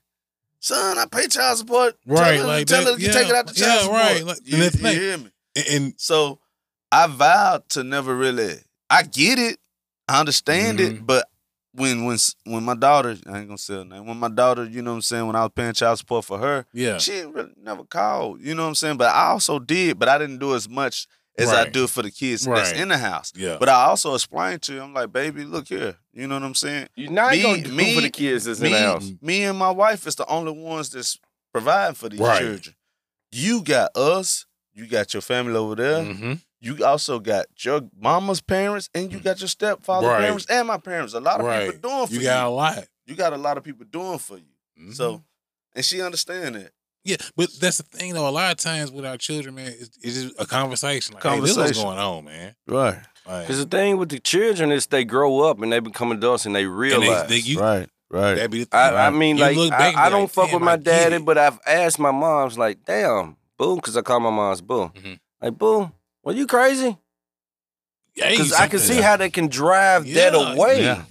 D: Son, I pay child support.
C: Right,
D: tell her,
C: like
D: tell
C: that,
D: her you
C: yeah,
D: take it out the
C: yeah,
D: child support.
C: right, like- and
D: you,
C: that's
D: you
C: like-
D: hear me?
C: And, and
D: So I vowed to never really. I get it, I understand
C: Mm-hmm.
D: it, but when when s- when my daughter, I ain't gonna say her name. When my daughter, you know what I'm saying. When I was paying child support for her,
C: yeah,
D: she ain't really never called. You know what I'm saying. But I also did, but I didn't do as much as I
C: Right.
D: do for the kids that's
C: Right.
D: in the house.
C: yeah.
D: But I also explained to her, I'm like, baby, look here. You know what I'm saying.
B: You not
D: Me-
B: gonna do
D: me-
B: for the kids that's
D: me,
B: in the house.
C: Mm.
D: me and my wife is the only ones that's providing for these
C: Right.
D: children. You got us. You got your family over there.
C: mm-hmm.
D: You also got your mama's parents, and you got your stepfather
C: Right.
D: parents and my parents. A lot of
C: Right.
D: people doing for
C: You
D: you.
C: got a lot.
D: You got a lot of people doing for you.
B: Mm-hmm.
C: Mhm.
D: So, and she understand that.
C: Yeah, but that's the thing though. A lot of times with our children, man, it's, it's just a conversation. Like, Hey, this is
D: Conversation.
C: what's going on, man.
D: Right.
C: Like,
B: Because the thing with the children is they grow up and they become adults and they
C: and
B: realize.
C: they, they, you,
D: right. Right.
C: that'd be the thing.
B: I, I
C: right?
B: mean,
C: You
B: like,
C: look
B: I,
C: back and
B: I
C: be
B: don't
C: like,
B: fuck with
C: "Damn,
B: my
C: I get
B: daddy,
C: it."
B: but I've asked my mom's, like, damn, boo, because I call my mom's boo.
C: Mhm.
B: Like, boo, were you crazy?
C: Yeah,
B: Because I can see how they can drive that
C: Yeah.
B: away.
D: Yeah.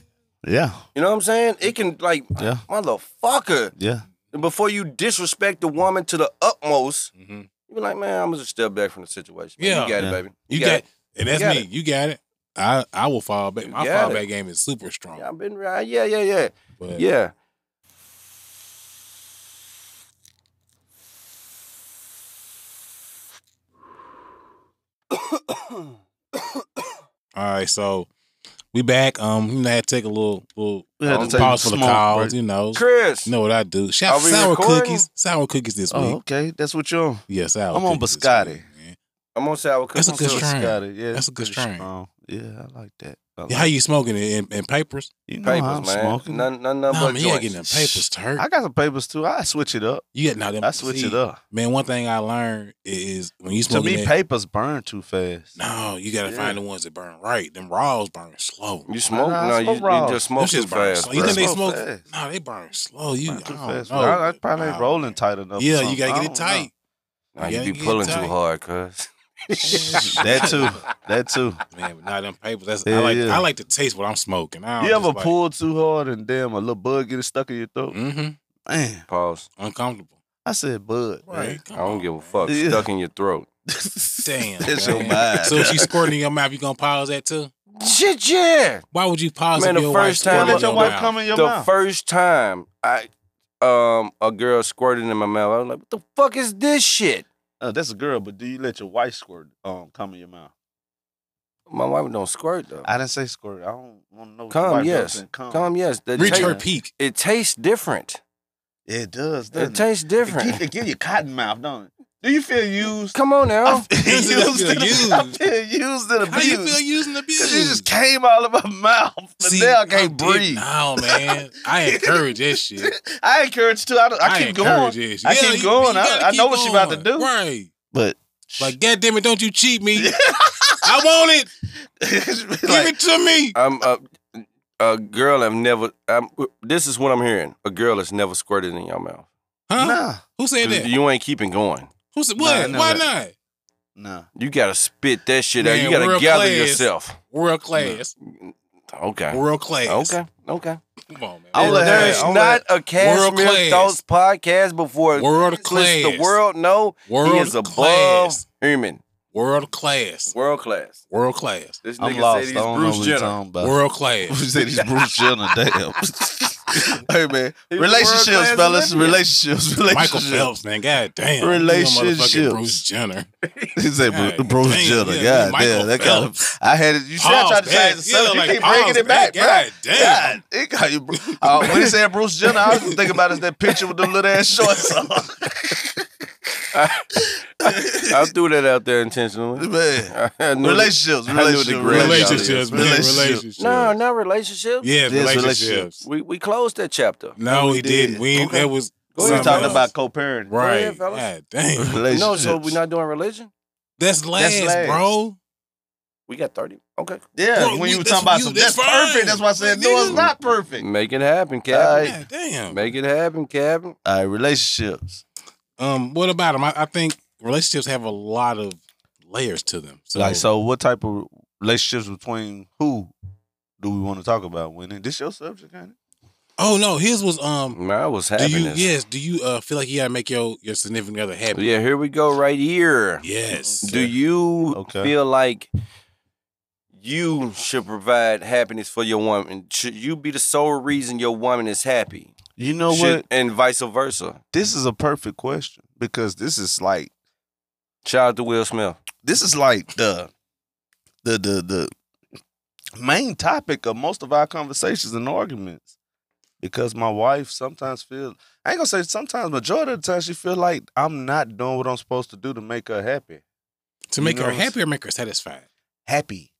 D: yeah.
B: You know what I'm saying? It can, like,
D: Yeah.
B: motherfucker,
D: Yeah.
B: before you disrespect the woman to the utmost,
C: hmm
B: you be like, man, I'm going to just step back from the situation. Man,
C: Yeah.
B: You got
D: Yeah.
B: it, baby.
C: You, got, and that's
B: got
C: me.
B: it.
C: You got it. I I will fall back. My
B: got
C: fall
B: it.
C: back game is super strong.
B: Yeah, I've been right. Yeah, yeah, yeah.
C: but
B: Yeah.
C: All right, so we back. Um, you know, had to take a little little
D: We had to
C: um,
D: take
C: pause
D: a
C: for the
D: small
C: calls.
D: break.
C: You know,
B: Chris.
C: you know what I do? Shout
B: Are we
C: sour
B: recording?
C: cookies, sour cookies this week.
D: Oh, okay. That's what you're on.
C: Yes, sour
D: Oh, I'm on
C: cookies this
D: biscotti.
C: week, man.
B: I'm on sour cookies.
C: That's a good
B: too.
C: strain.
D: Got it. Yeah,
C: That's a good
D: pretty
C: strain.
D: strong. Yeah, I like that. I like
C: How you smoking it in, in papers?
D: You know how I'm
B: Papers, man.
D: smoking.
B: None, none,
C: No,
B: none but
C: man, you
B: joints.
C: ain't getting them papers to hurt.
D: I got some papers too. I switch it up.
C: you get now them.
D: I switch
C: see,
D: it up.
C: man. One thing I learned is when you
D: To
C: smoking
D: me,
C: that-
D: papers burn too fast.
C: no, you gotta
B: Yeah.
C: find the ones that burn right. Them raws burn slow.
D: Mm.
B: You smoke?
D: Nah, I
B: No, you,
D: smoke raw.
B: you just smoke
C: Them
B: too
C: shits burn
B: fast.
C: slow. You
B: bruh.
C: think they
D: Smoke
C: smoke?
D: fast.
C: No, they burn slow. You,
D: Burn
C: I
D: too
C: don't
D: fast.
C: know.
D: I, I probably
C: Nah.
D: ain't rolling tight enough. or
C: Yeah, you
D: something.
C: gotta
D: I
C: get it
D: don't know.
C: tight.
B: Nah,
C: Yeah,
B: you
C: you
B: be
C: get
B: pulling
C: tight.
B: too hard, cuz.
D: that too. That too.
C: Man, but nah, them papers. That's, I
D: Hell
C: like.
D: yeah.
C: I like to taste what I'm smoking. I don't
D: You ever
C: just like,
D: pull too hard and damn a little bug get it stuck in your throat?
C: hmm
D: Man,
B: Pause.
C: Uncomfortable.
D: I said bud.
C: Right.
D: Right.
B: I don't give a fuck.
D: Yeah.
B: Stuck in your throat.
C: Damn.
D: That's
C: man.
D: your mind.
C: So if she squirting in your mouth, you gonna pause that too?
B: Shit, yeah.
C: Why would you pause
B: Man,
C: if
B: the
C: your
B: first
C: wife
B: time I
C: squirting
D: Don't
C: in
D: let your wife
C: mouth?
D: come in your
B: the
D: mouth.
B: first time I um a girl squirted in my mouth, I was like, "What the fuck is this shit?"
D: Uh, that's a girl, but do you let your wife squirt um come in your mouth?
B: My wife don't squirt
C: Oh.
B: though.
D: I didn't say squirt. I don't want to know. if your
B: Come,
D: wife
B: yes,
D: doesn't Come.
B: come, yes. The
C: Reach
B: taste-
C: her peak.
B: It tastes different.
D: Yeah, it does.
B: It
D: Doesn't it?
B: tastes
D: It give,
B: different.
D: it give you cotton mouth, don't it? Do you feel used?
B: Come on
D: I
B: now.
D: feel
C: You feel
D: used.
C: used.
D: I feel used and abused.
C: How do you feel using
D: Cause
C: abuse?
D: you just came out of my mouth, but
C: See,
D: now I
C: I'm
D: can't
C: deep
D: breathe.
C: now, man. I encourage that shit.
D: I encourage too. I, don't- I keep going,
C: encourage that shit.
D: I keep
C: you-
D: going.
C: you
D: I-
C: gotta
D: I know
C: keep
D: what she about to
C: going.
D: do.
C: Right.
D: but
C: Like, goddamn it, don't you cheat me. I want it. Give
D: like,
C: it to me.
B: I'm a a girl. I've never. I'm, this is what I'm hearing. A girl has never squirted in your mouth.
C: Huh?
D: nah,
C: Who said
B: 'Cause
C: that?
B: You ain't keeping going.
C: Who said
D: Nah, I
C: what?
D: know
C: Why
D: that.
C: not?
D: nah.
B: You gotta spit that shit out.
C: Man,
B: You gotta
C: world
B: gather
C: class.
B: yourself.
C: World class.
B: Okay.
C: World class.
B: Okay. Okay.
C: Come on, man.
D: I'll let
B: There
D: her-
B: is
D: I'll
B: not
D: let-
B: a Cashmere
C: class.
B: Thoughts podcast before
C: World
B: Let
C: class.
B: the world know he
C: World
B: is above
C: class.
B: human.
C: World class.
B: World class.
C: World class.
B: This
D: I'm
B: nigga
D: lost. I
B: said he's
D: don't know
B: Bruce
D: what you're
B: Jenner.
D: talking about.
C: World class.
D: You said he's Bruce Jenner. Damn. hey man,
B: He's a
D: relationships,
B: world-class
D: fellas.
B: Olympian.
D: Relationships.
C: Michael
D: Relationships.
C: Phelps, man. God damn.
D: Relationships.
C: Bruce Jenner.
D: He said
C: God
D: Bru- Bruce
C: damn,
D: Jenner.
C: yeah,
D: God
C: Michael
D: damn, that kind
C: Phelps.
D: of. I had it. You said I tried to change the
C: Pause, man.
D: subject.
C: Yeah,
D: you
C: like,
D: keep bringing it
C: pause,
D: back,
C: man.
D: bro.
C: God damn.
D: God, it got you. Bru- Uh, when he said Bruce Jenner, I was thinking about is that picture with the little ass shorts on.
B: I threw that out there intentionally.
D: man,
B: I knew that-
D: relationships.
B: I knew the
D: Relationships.
B: grade y'all is.
C: Relationships, man. Relationships.
B: No, not relationship.
C: Yeah,
D: Yes,
C: relationships.
D: relationships.
B: We we closed that chapter.
C: No, we
D: did.
C: didn't. We ain't-
B: Okay.
C: that was
B: Go
D: We
B: ahead.
D: were
C: something
D: talking
C: else.
D: about co-parenting.
C: right.
B: ahead, fellas.
C: God damn.
D: Relationships.
B: No, so we're not doing religion.
C: That's last,
D: last.
C: bro.
B: We got thirty. Okay,
D: Yeah,
C: Bro,
D: when
C: we-
D: you were
C: that's
D: talking about
C: you,
D: some,
C: that's
D: that's,
C: fine.
D: perfect. That's why I said no, it's
C: Nigga.
D: not perfect.
B: make it happen,
D: All
B: Captain.
D: right.
C: God damn.
B: Make it happen, Captain.
D: All right, relationships.
C: Um, what about them? I, I think relationships have a lot of layers to them. So,
D: Like, so what type of relationships between who do we want to talk about? Winning this your subject, kind
C: oh no, his was um.
B: Mine was
C: Do you
B: happiness.
C: yes? Do you uh feel like you gotta make your your significant other happy?
B: yeah, here we go, right here.
C: Yes.
B: Do you
D: Okay.
B: feel like you should provide happiness for your woman? Should you be the sole reason your woman is happy?
D: You know
B: Should-
D: what?
B: and vice versa.
D: This is a perfect question because this is like
B: Shout out to Will Smith.
D: this is like the the the the main topic of most of our conversations and arguments. Because my wife sometimes feel I ain't gonna say sometimes majority of the time she feel like I'm not doing what I'm supposed to do to make her happy.
C: to make
D: you
C: her
D: know-
C: happy or make her satisfied?
D: Happy.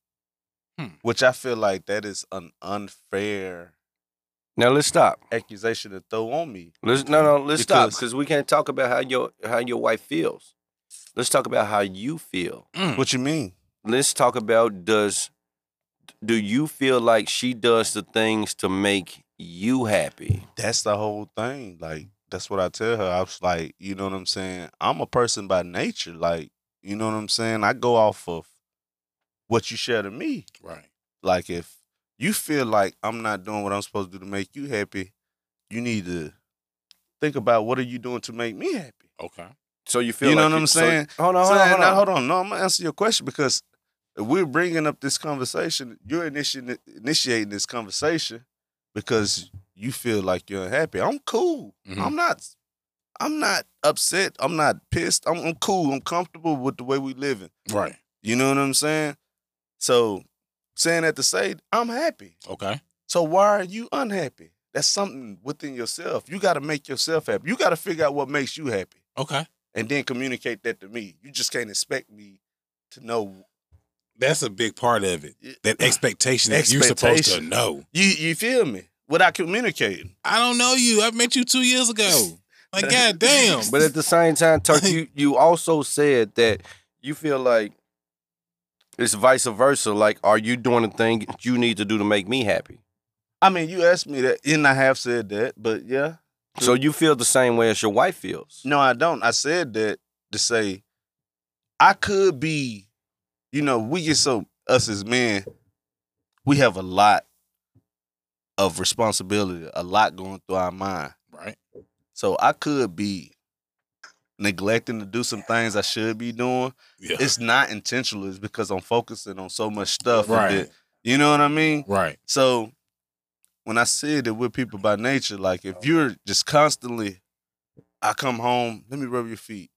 C: Hmm.
D: Which I feel like that is an unfair
B: Now let's stop.
D: accusation to throw on me.
B: Let's no no let's stop
D: Because-
B: because we can't talk about how your how your wife feels. Let's talk about how you feel.
C: Mm.
D: What you mean?
B: Let's talk about does do you feel like she does the things to make you happy?
D: That's the whole thing. Like that's what I tell her. I was like, you know what I'm saying? I'm a person by nature. Like, you know what I'm saying? I go off of what you share to me.
C: Right.
D: Like if you feel like I'm not doing what I'm supposed to do to make you happy, you need to think about what are you doing to make me happy.
C: Okay.
B: So you feel
D: You know
B: like
D: what I'm
B: so-
D: saying?
B: hold on,
D: So
B: hold on, hold
D: now,
B: on.
D: hold on. No, I'm gonna answer your question because if we're bringing up this conversation. You're initi- initiating this conversation because you feel like you're unhappy. I'm cool.
C: Mhm.
D: I'm not. I'm not upset. I'm not pissed. I'm, I'm cool. I'm comfortable with the way we living.
C: Right.
D: You know what I'm saying? So saying that to say I'm happy.
C: Okay.
D: So why are you unhappy? That's something within yourself. You got to make yourself happy. You got to figure out what makes you happy
C: Okay.
D: and then communicate that to me. You just can't expect me to know.
C: That's a big part of it. That expectation that you're supposed to
D: Expectation.
C: know.
D: You you feel me? Without communicating.
C: I don't know you. I met you two years ago. Like, goddamn.
B: But at the same time, Turk, you, you also said that you feel like it's vice versa. Like, are you doing the thing that you need to do to make me happy?
D: I mean, you asked me that, and I have said that, but yeah.
B: So you feel the same way as your wife feels.
D: No, I don't. I said that to say I could be, you know, we get so us as men, we have a lot of responsibility, a lot going through our mind.
C: right.
D: So I could be neglecting to do some things I should be doing.
C: Yeah.
D: It's not intentional, it's because I'm focusing on so much stuff.
C: Right.
D: That, you know what I mean?
C: right.
D: So when I said that we're people by nature, like if you're just constantly, I come home, let me rub your feet.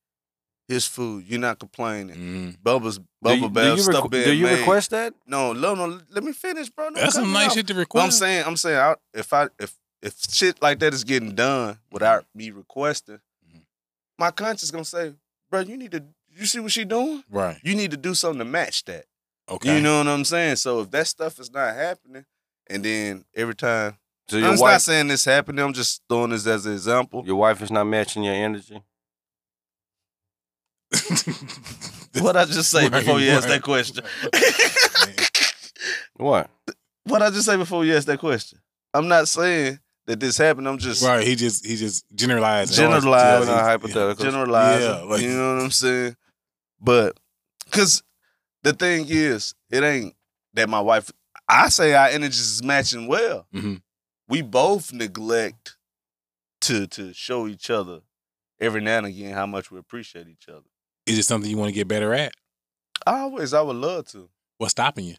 D: Here's food. You're not complaining.
C: Mm.
D: Bubbles,
B: Do
D: bubble
B: you- do you,
D: bath, stuff
B: requ-
D: being
B: do you
D: made.
B: request that?
D: No, no, no. Let me finish, bro. Don't
C: That's
D: cut
C: some
D: me
C: nice
D: off.
C: shit to
D: But
C: request.
D: I'm saying, I'm saying, I, if I, if if shit like that is getting done without me requesting,
B: Mm-hmm.
C: Mhm.
D: my conscience gonna say, bro, you need to. You see what she doing?
C: Right.
D: You need to do something to match that.
C: Okay.
D: You know what I'm saying? So if that stuff is not happening, and then every time
B: So
D: I'm
B: your
D: just not
B: wife,
D: saying this happened. I'm just throwing this as an example.
B: your wife is not matching your energy.
D: What I just say
C: Right,
D: before you ask
C: right.
D: that question.
B: What?
D: what I just say before you ask that question. I'm not saying that this happened. I'm just
C: right. He just he just generalized.
D: Generalized.
B: Not hypothetical.
D: generalizing.
C: Yeah, like-
D: you know what I'm saying? But because the thing is, it ain't that my wife. I say our energies is matching well.
C: hmm
D: We both neglect to to show each other every now and again how much we appreciate each other.
C: Is it something you want to get better at?
D: I always, I would love to.
C: What's stopping you?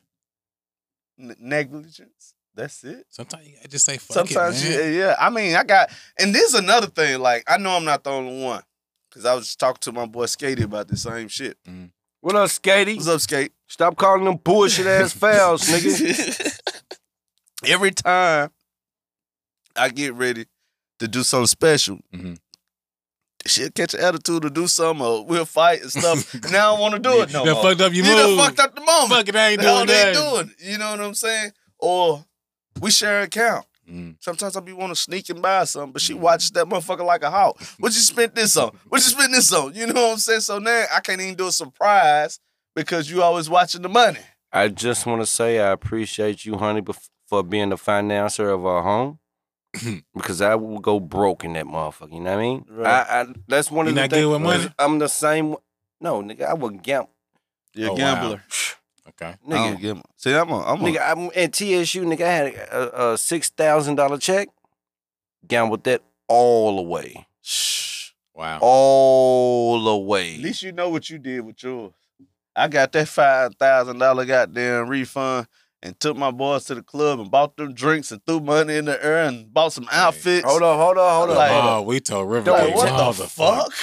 D: N- negligence. That's it.
C: Sometimes you gotta just say fuck
D: Sometimes,
C: it,
D: you, eh,
C: man.
D: yeah. I mean, I got, and this is another thing. Like, I know I'm not the only one, because I was just talking to my boy Skatey about the same shit.
B: What up, Skatey?
D: What's up, Skate?
B: Stop calling them bullshit ass fouls, nigga.
D: Every time I get ready to do something special,
C: Mhm.
D: she'll catch an attitude to do something, or we'll fight and stuff. now I want to do it no
C: You done
D: more.
C: fucked up your
D: you done
C: move.
D: fucked up the moment.
C: Fuck it, I ain't
D: the hell
C: doing
D: they
C: that.
D: doing? You know what I'm saying? Or we share an account.
C: Mm.
D: Sometimes I be want to sneak and buy something, but she watches that motherfucker like a hawk. What you spent this on? What you spent this on? You know what I'm saying? So now I can't even do a surprise because you always watching the money.
B: I just want to say I appreciate you, honey, bef- for being the financer of our home. because I will go broke in that motherfucker. You know what I mean?
D: Right.
B: I, I that's one
C: You
B: of the
C: not
B: things.
C: good with money?
B: I'm the same. No, nigga, I would gamble.
D: You're
C: a Oh, wow. gambler. Okay.
B: Nigga,
D: gamble. See, I'm a, I'm
B: nigga, I'm at TSU. Nigga, I had a, a six thousand dollar check. Gambled that all the way,
D: Shh.
C: Wow.
B: all the way.
D: At least you know what you did with yours. I got that five thousand dollar goddamn refund and took my boys to the club and bought them drinks and threw money in the air and bought some outfits.
B: hold up, hold up, hold up.
D: Like-
C: oh, we told River.
B: Like,
C: Gate,
D: what the
C: motherfucker,
D: fuck?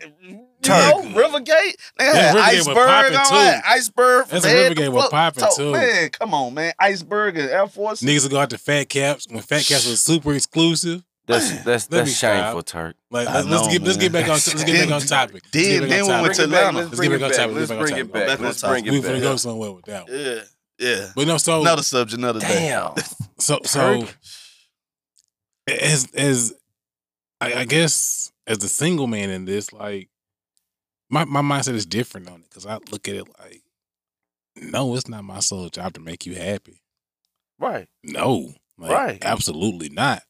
C: damn.
D: you know,
C: Turk.
D: Rivergate? They
C: Rivergate
D: had
C: was
D: iceberg on
C: popping, too.
D: that. Iceberg.
C: That's when
D: man,
C: Rivergate
D: the
C: was
D: fuck?
C: popping,
D: So,
C: too.
D: Man, come on, man. Iceberg and Air Force.
C: Niggas would go out to Fat Caps when Fat Caps was super exclusive.
B: That's that's
C: Let me
B: that's shameful, Turk.
C: Like,
D: I
C: let, us
D: know,
C: get let's get
D: man.
C: back on let's get back on topic. Let's get
D: Then-
C: back
D: then
C: on
D: we
C: topic.
D: went to Atlanta.
B: Let's
D: Let's
B: bring
C: get
B: it
C: back on
B: back.
C: topic,
B: Let's
C: let's
B: bring
C: get
B: it
C: back
D: on
B: back.
D: topic.
B: Let's
D: Back on
B: bring
C: we were
B: it
C: gonna
B: back.
C: go somewhere with that. One.
D: Yeah, yeah.
C: But no, so
D: Another subject, another day.
B: Damn.
C: so so
B: Turk.
C: as as I, I guess as the single man in this, like my my mindset is different on it because I look at it like, no, it's not my sole job to make you happy.
D: Right.
C: No, like,
D: Right.
C: Absolutely not.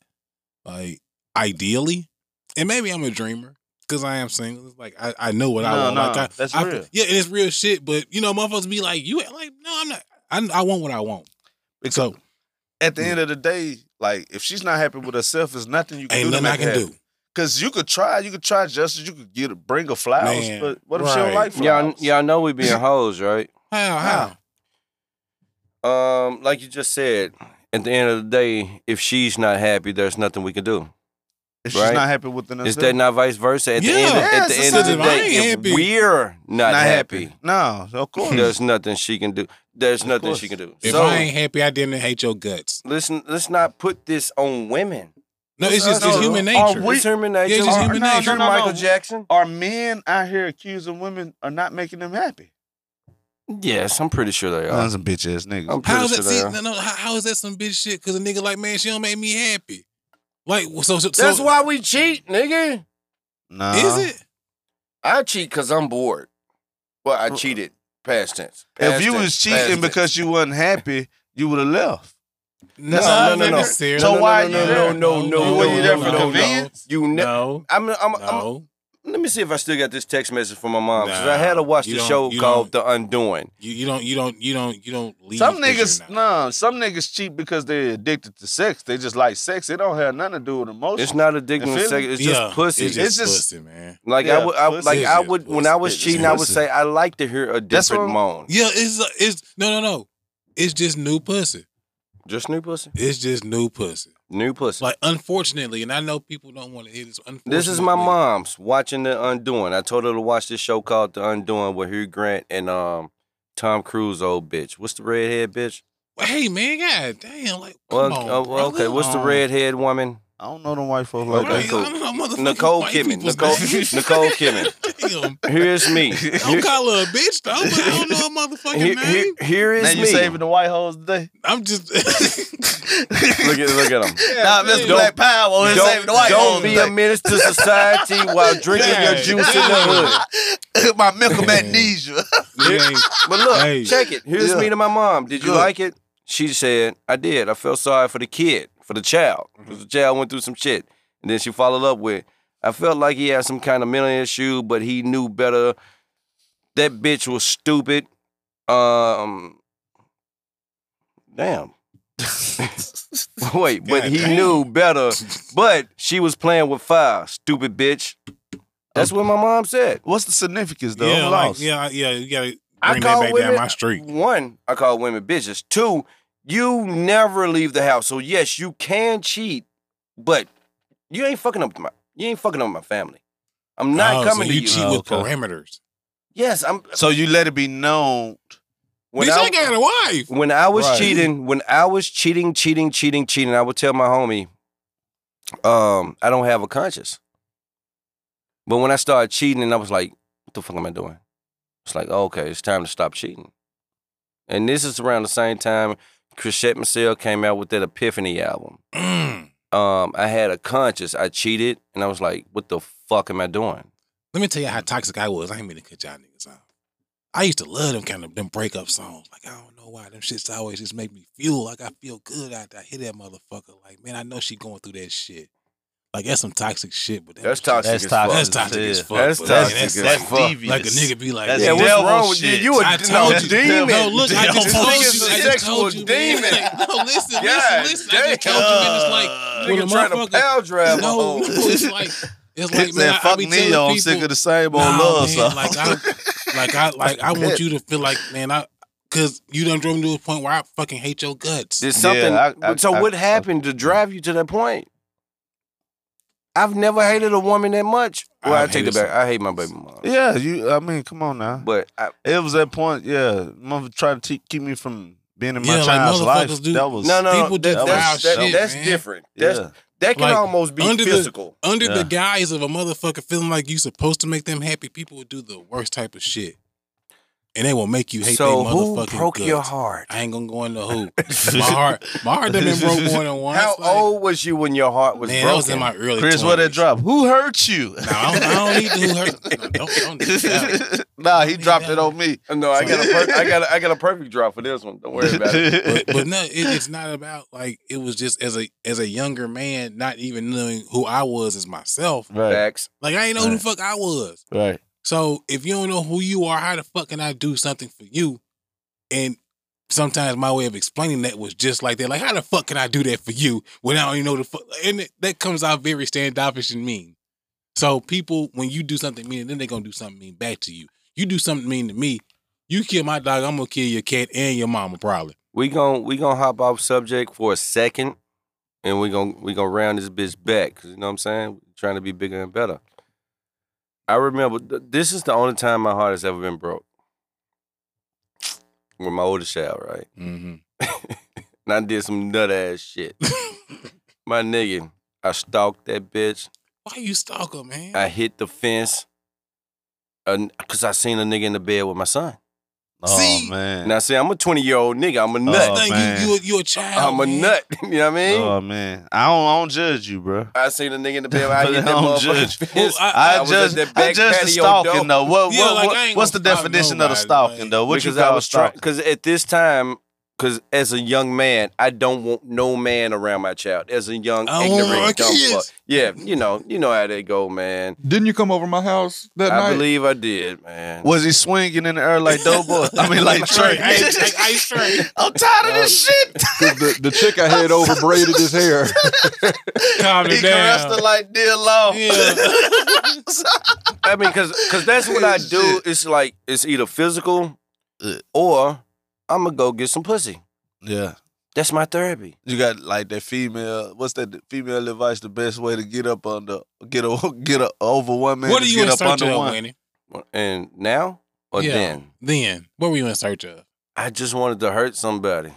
C: Like ideally, and maybe I'm a dreamer because I am single. It's like I, I know what I
D: No,
C: want.
D: no,
C: like I,
D: that's
C: I-
D: real.
C: Yeah, it's real shit. But you know, motherfuckers be like, you act like no, I'm not. I, I want what I want. so mm.
D: At the end of the day, like if she's not happy with herself, there's nothing you can
C: ain't
D: do. to
C: nothing I
D: make
C: can
D: it happen.
C: do.
D: Cause you could try, you could try justice, you could get a, bring her flowers,
C: Man,
D: but what if she don't
C: right.
D: like
B: Y'all,
D: flowers?
B: y'all know we being hoes, right?
C: How? How?
B: Um, like you just said, at the end of the day, if she's not happy, there's nothing we can do.
D: If she's
B: right?
D: not happy with the
B: Is that not vice versa? At the end, of,
D: Yeah,
B: at the
D: it's
B: end of the
D: the same. I
B: day, if
C: ain't happy.
B: we're not, happy,
D: No, of course.
B: there's nothing she can do. There's
D: Of
B: nothing
D: course.
B: she can do.
C: If
B: so
C: I ain't happy, I didn't hate your guts.
B: listen, let's not put this on women.
C: No, it's just
B: No,
C: it's
B: no,
C: human
B: Are
C: nature.
B: we, it's human nature.
C: it's just
B: Are-
C: human
B: no,
C: nature.
B: you're
D: No, no,
B: Michael
D: no.
B: Jackson.
D: Are men out here accusing women of not making them happy?
B: Yes, I'm pretty sure they
D: I'm
B: are.
D: some bitch ass niggas.
B: I'm pretty
C: How's
B: sure
C: that?
B: they
C: See,
B: are.
C: no, no, how, how is that some bitch shit? Because a nigga like, man, she don't make me happy. Like, so, so, so
B: That's why we cheat, nigga.
D: Nah.
C: is it?
E: I cheat because I'm bored. Well,
B: Uh,
E: I cheated. Past tense.
D: If
E: Past
D: you was
E: tense. Past
D: cheating
E: tense.
D: because you wasn't happy, you would have left.
C: No,
B: no, no, no.
C: necessarily.
D: So why
B: no,
D: you
B: no,
D: there?
B: No, no, no,
D: You were
B: no,
D: there
B: no,
D: for
B: no, no.
D: convenience?
B: You ne-
C: No,
B: I'm, I'm, I'm,
C: no.
B: let me see if I still got this text message from my mom. 'cause
C: Nah,
B: I had to watch
C: you
B: the
C: don't-
B: show
C: you
B: called The Undoing.
C: You, you don't, you don't, you don't, you don't leave.
D: Some
C: 'cause you're
D: niggas,
C: not.
D: nah, some niggas cheat because they're addicted to sex. They just like sex. It don't have nothing to do with emotion.
B: It's not addicting
D: It
B: to
D: feel-
B: sex. It's
C: Yeah,
B: just pussy.
C: It's just,
D: It's just-
C: pussy, man.
B: like I
D: yeah,
B: would, I,
D: pussy.
B: like I
C: It's
B: would,
C: just
B: when I was
D: pussy.
B: cheating, I would
D: Pussy.
B: say I like to hear a
D: That's
B: different
D: what-
B: moan.
C: Yeah, it's uh, it's no, no, no. It's just new pussy.
B: Just new pussy,
C: It's just new pussy.
B: new pussy.
C: Like, unfortunately, and I know people don't want to hear this. Unfortunately,
B: This is my mom's watching The Undoing. I told her to watch this show called The Undoing with Hugh Grant and um Tom Cruise old bitch. What's the redhead bitch?
C: Hey, man, god damn! Like, come
B: Well,
C: on,
B: uh, well,
C: brother.
B: okay, what's the
D: Um,
B: redhead woman?
D: I don't know them white folks
B: Okay,
D: like
C: Right,
D: that.
B: cool.
C: I don't know motherfucking
B: Nicole
C: white
B: Kidman.
C: people's
B: Nicole-
C: names.
B: Nicole Kidman.
C: Damn.
B: Here's me.
C: Don't
B: Here,
C: call her a bitch though, but I don't know her motherfucking
B: here-
C: name.
B: here- here
D: Now
B: is
D: you
B: me.
D: saving the white hoes today?
C: I'm just
B: Look at look at him.
D: nah,
C: man.
D: Mr. Black Power over here
B: Don't,
D: saving the white
B: don't
D: hoes
B: be a
D: today.
B: menace to society while drinking your
C: Dang.
B: juice in the hood.
D: My milk of amnesia.
C: It ain't-
B: But look,
C: Hey.
B: check it. Here's
D: Yeah.
B: me to my mom. Did you
D: Good.
B: like it? She said, I did. I felt sorry for the kid, for the child. 'cause The child went through some shit. And then she followed up with, I felt like he had some kind of mental issue, but he knew better. That bitch was stupid. Um, damn. Wait, but
C: God
B: he
C: damn.
B: knew better. But she was playing with fire, stupid bitch. That's what my mom said.
D: What's the significance though?
C: yeah,
D: I'm
C: like,
D: lost.
C: yeah, yeah. You gotta bring
B: I
C: that
B: call
C: back
B: women-
C: down my street.
B: One, I call women bitches. Two, you never leave the house. So yes, you can cheat, but you ain't fucking up my you ain't fucking up my family. I'm not
C: Oh, so
B: coming to
C: you
B: you.
C: cheat with
D: Oh, okay.
C: parameters.
B: Yes, I'm
D: So you let it be known.
B: when
C: bitch, I,
B: I,
C: got a wife.
B: when I was
D: Right.
B: cheating, when I was cheating, cheating, cheating, cheating, I would tell my homie, um, I don't have a conscience. But when I started cheating and I was like, what the fuck am I doing? It's like, "Oh, okay, it's time to stop cheating. And this is around the same time Chrisette Michelle came out with that Epiphany album.
C: Mm.
B: Um, I had a conscience. I cheated and I was like, what the fuck am I doing?
C: Let me tell you how toxic I was. I ain't mean to cut y'all niggas off. I used to love them kind of them breakup songs. Like I don't know why them shits always just make me feel like I feel good after I hear that motherfucker. Like man, I know she going through that shit. Like that's some toxic shit. But that
B: That's
C: was just-
B: toxic
D: That's
B: as
D: toxic.
B: fuck.
C: That's toxic as fuck.
B: That's
C: but,
B: toxic
C: man,
B: as
D: That's
B: fuck.
D: devious.
C: Like a nigga be like,
D: That's
B: Yeah,
C: "Yo,
B: what's
D: devil
B: wrong with
D: shit.
B: you? You a
C: I
B: no,
C: told you.
B: demon.
C: No, look, I
D: Devil.
C: just told you.
D: Niggas a
C: I just
B: sexual
C: told you, man.
B: demon.
C: Like, no, listen,
B: God
C: listen, listen. I just told you, man. It's like,
D: Uh,
C: when
B: Nigga
C: a
B: trying to
C: motherfucker-
B: pal drive my
C: no,
B: home.
C: no, it's like, it's
D: He
C: like,
D: said,
C: man, I
D: "Fuck
C: be
D: Neo,
C: telling
D: I'm sick
C: people,
D: of the same old
C: nah,
D: love."
C: man,
D: song."
C: like, I, like, I, like, I want you to feel like, man, I, because you done drove me to a point where I fucking hate your guts.
B: Did
D: Yeah,
B: something?
D: I- I-
B: so
D: I-
B: what
D: I-
B: happened to drive you to that point? I've never hated a woman that much. Well, I,
C: I
B: take it
C: hated
B: back.
C: some-
B: I hate my baby mom.
D: yeah, you. I mean, come on now.
B: But I,
D: It was that point. Yeah, mother tried to te- keep me from being in my
C: Yeah, like
D: child's life.
C: motherfuckers do.
D: That was
B: no, no,
C: People do
B: that, that's,
D: wild
B: that-
D: shit,
B: that's
C: man.
B: different.
D: Yeah.
B: That's that can
C: Like,
B: almost be
C: under the-
B: physical.
C: Under
D: Yeah.
C: the guise of a motherfucker feeling like you supposed to make them happy, people would do the worst type of shit. And they will make you hate
B: so
C: they
B: who
C: motherfucking
B: broke
C: guts.
B: your heart?
C: I ain't gonna go into who. my heart, my heart done been broke more than once.
B: How
C: like,
B: old was you when your heart was
C: man,
B: broken?
C: that was in my early.
D: Chris, what that
C: 20s.
D: drop? Who hurt you?
C: No, I don't, I don't need to who hurt. No, don't, don't do that.
D: nah, he dropped it on me.
B: no, I got a per- I got a, I got a perfect drop for this one. Don't worry about it.
C: But, but no, it, it's not about like it was just as a as a younger man, not even knowing who I was as myself.
D: right,
B: Facts.
C: Like I ain't know who the
D: Right.
C: fuck I was.
D: right.
C: So if you don't know who you are, how the fuck can I do something for you? And sometimes my way of explaining that was just like that. Like, how the fuck can I do that for you when I don't even know the fuck? And it- that comes out very standoffish and mean. So people, when you do something mean, then they're gonna do something mean back to you. You do something mean to me, you kill my dog, I'm gonna kill your cat and your mama probably.
B: We gon' we gonna hop off subject for a second, and we gon' we gonna round this bitch back. 'cause you know what I'm saying? trying to be bigger and better. I remember th- this is the only time my heart has ever been broke. With my oldest child, right?
C: Mm-hmm.
B: And I did some nut ass shit. my nigga, I stalked that bitch.
C: Why you stalker, man?
B: I hit the fence, and- cause I seen a nigga in the bed with my son.
D: Oh
C: See?
D: man.
B: Now, see, I'm a 20 year old nigga. I'm a nut.
D: Oh,
C: Thing,
D: man.
C: you, you, you a child.
B: I'm a
C: man.
B: nut. you know what I mean?
D: Oh man. I don't I don't judge you, bro.
B: I seen a nigga in the bed. I
D: But
B: hit
D: I
B: that
D: don't
B: motherfucker's
D: judge.
B: fence.
C: Well, I-
D: I,
B: I was
D: judge,
B: at that
D: I
B: back
D: judge the
B: patio
D: stalking
B: door.
D: though. What,
C: Yeah,
D: what,
C: like,
D: what-
C: I ain't
D: what's the
C: gonna stop
D: definition of the
C: nobody,
D: stalking
C: like-
D: though? What
B: because
D: you call
B: I was trying.
D: stalking?
B: Because at this time, because as a young man, I don't want no man around my child. As a young
D: Oh,
C: I don't want my
B: ignorant dumb
C: kids.
B: fuck. Yeah, you know, you know how they go, man.
F: Didn't you come over my house that
B: I
F: night?
B: believe I did, man.
D: Was he swinging in the air like Doughboy? I mean, like Trey.
C: Straight, like, like ice straight.
D: I'm tired of
C: Oh.
D: this shit.
F: 'Cause the, the chick I had over braided his hair.
C: Calm
D: He
C: it
D: caressed
C: down.
D: her like dear long.
C: yeah.
B: I mean, because that's what I do. It's like it's either physical
D: Ugh.
B: or I'm gonna go get some pussy.
D: Yeah.
B: That's my therapy.
D: You got like that female. What's that female advice? The best way to get up on the get a get a over one man.
C: What are
D: is
C: you
D: get
C: in
D: up
C: search
D: under
C: of,
D: one?
C: Winnie?
B: And now or
C: Yeah.
B: then,
C: Then, what were you in search of?
B: I just wanted to hurt somebody.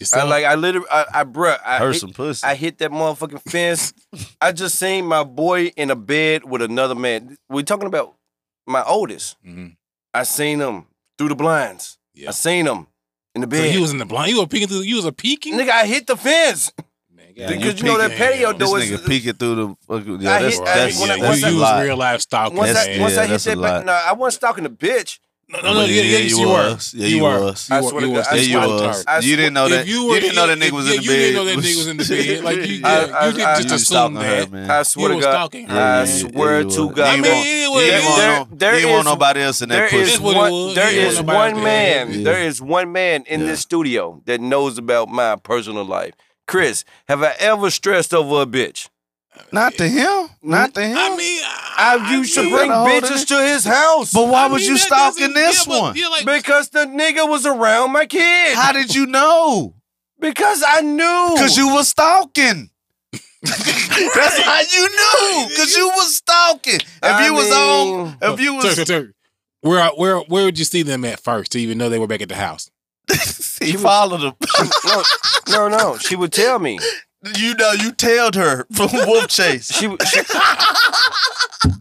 B: I
C: Yourself?
B: like I literally I, I bruh I
D: Hurt
B: hit,
D: some pussy.
B: I hit that motherfucking fence. I just seen my boy in a bed with another man. We talking about my oldest.
C: Mhm.
B: I seen him through the blinds.
C: Yeah.
B: I seen him in the
C: So
B: bed.
C: you was in the blind. You were peeking through. You was a peeking.
B: Nigga, I hit the fence.
C: Man,
D: Yeah,
C: God,
D: you
B: because you know that
C: peeking.
B: patio
C: Damn.
D: this
B: door
D: nigga
B: is
D: peeking through the. fucking- Yeah,
B: I
D: that's,
B: hit- I
D: that's,
B: hit- when I-
D: that's,
B: once
D: a
C: you
D: lot.
C: was real life stalking.
B: once I
D: That's-
C: man.
B: once I hit
D: that's a
B: that back,
D: lot.
B: no, I wasn't stalking the bitch.
C: no, no, no, yeah, yeah, yes, you were.
D: was. Yeah, you
C: were.
D: was.
B: I
C: You
B: swear
C: were. You
B: to
C: was.
B: God, I
D: Yeah, you
B: swear
C: That's
D: was.
C: what I-
B: I
D: You didn't know that.
C: If you were,
D: You didn't know that nigga was
C: if
D: in the
C: you
D: bed.
C: didn't know that nigga was in the bed. Like you,
B: I-
C: yeah,
B: I-
C: you didn't
B: I-
C: just
D: You
C: assume
D: stalking her,
C: that.
D: man.
B: I swear
C: You
B: to
C: was
B: God.
C: stalking her.
B: I
C: Yeah, you-
B: swear
D: you
B: to
D: was.
B: God.
C: I
D: You
C: mean,
D: want-
C: it
D: You
C: was.
D: didn't want,
B: There-
D: no,
B: there
D: you didn't want
B: is-
D: nobody else in
B: There
D: that
B: is
D: pussy.
C: That's what it
B: one.
C: was.
B: There
C: Yeah,
B: is
C: nobody else
B: one
C: did.
B: man.
D: Yeah.
B: There is one man in
D: Yeah.
B: this studio that knows about my personal life. Chris, have I ever stressed over a bitch?
D: Not to him. Not to him.
C: I mean, I,
B: I used to
C: mean-
B: bring
D: how old
B: bitches
D: is-
B: to his house
D: but why
C: I
D: was
C: mean,
D: you
C: that
D: stalking
C: doesn't-
D: this
C: yeah, but-
D: one?
C: yeah, like,
B: because the nigga was around my kid.
D: How did you know?
B: Because I knew.
D: Because you was stalking. That's how you knew. Because you was stalking. If
B: I
D: you was
B: mean-
D: on, if you
C: Turk,
D: was,
C: Turk, where where where would you see them at first to even know they were back at the house?
D: he followed him.
B: no, no, no. She would tell me.
D: you know, you tailed her from Wolf Chase.
B: She would- she,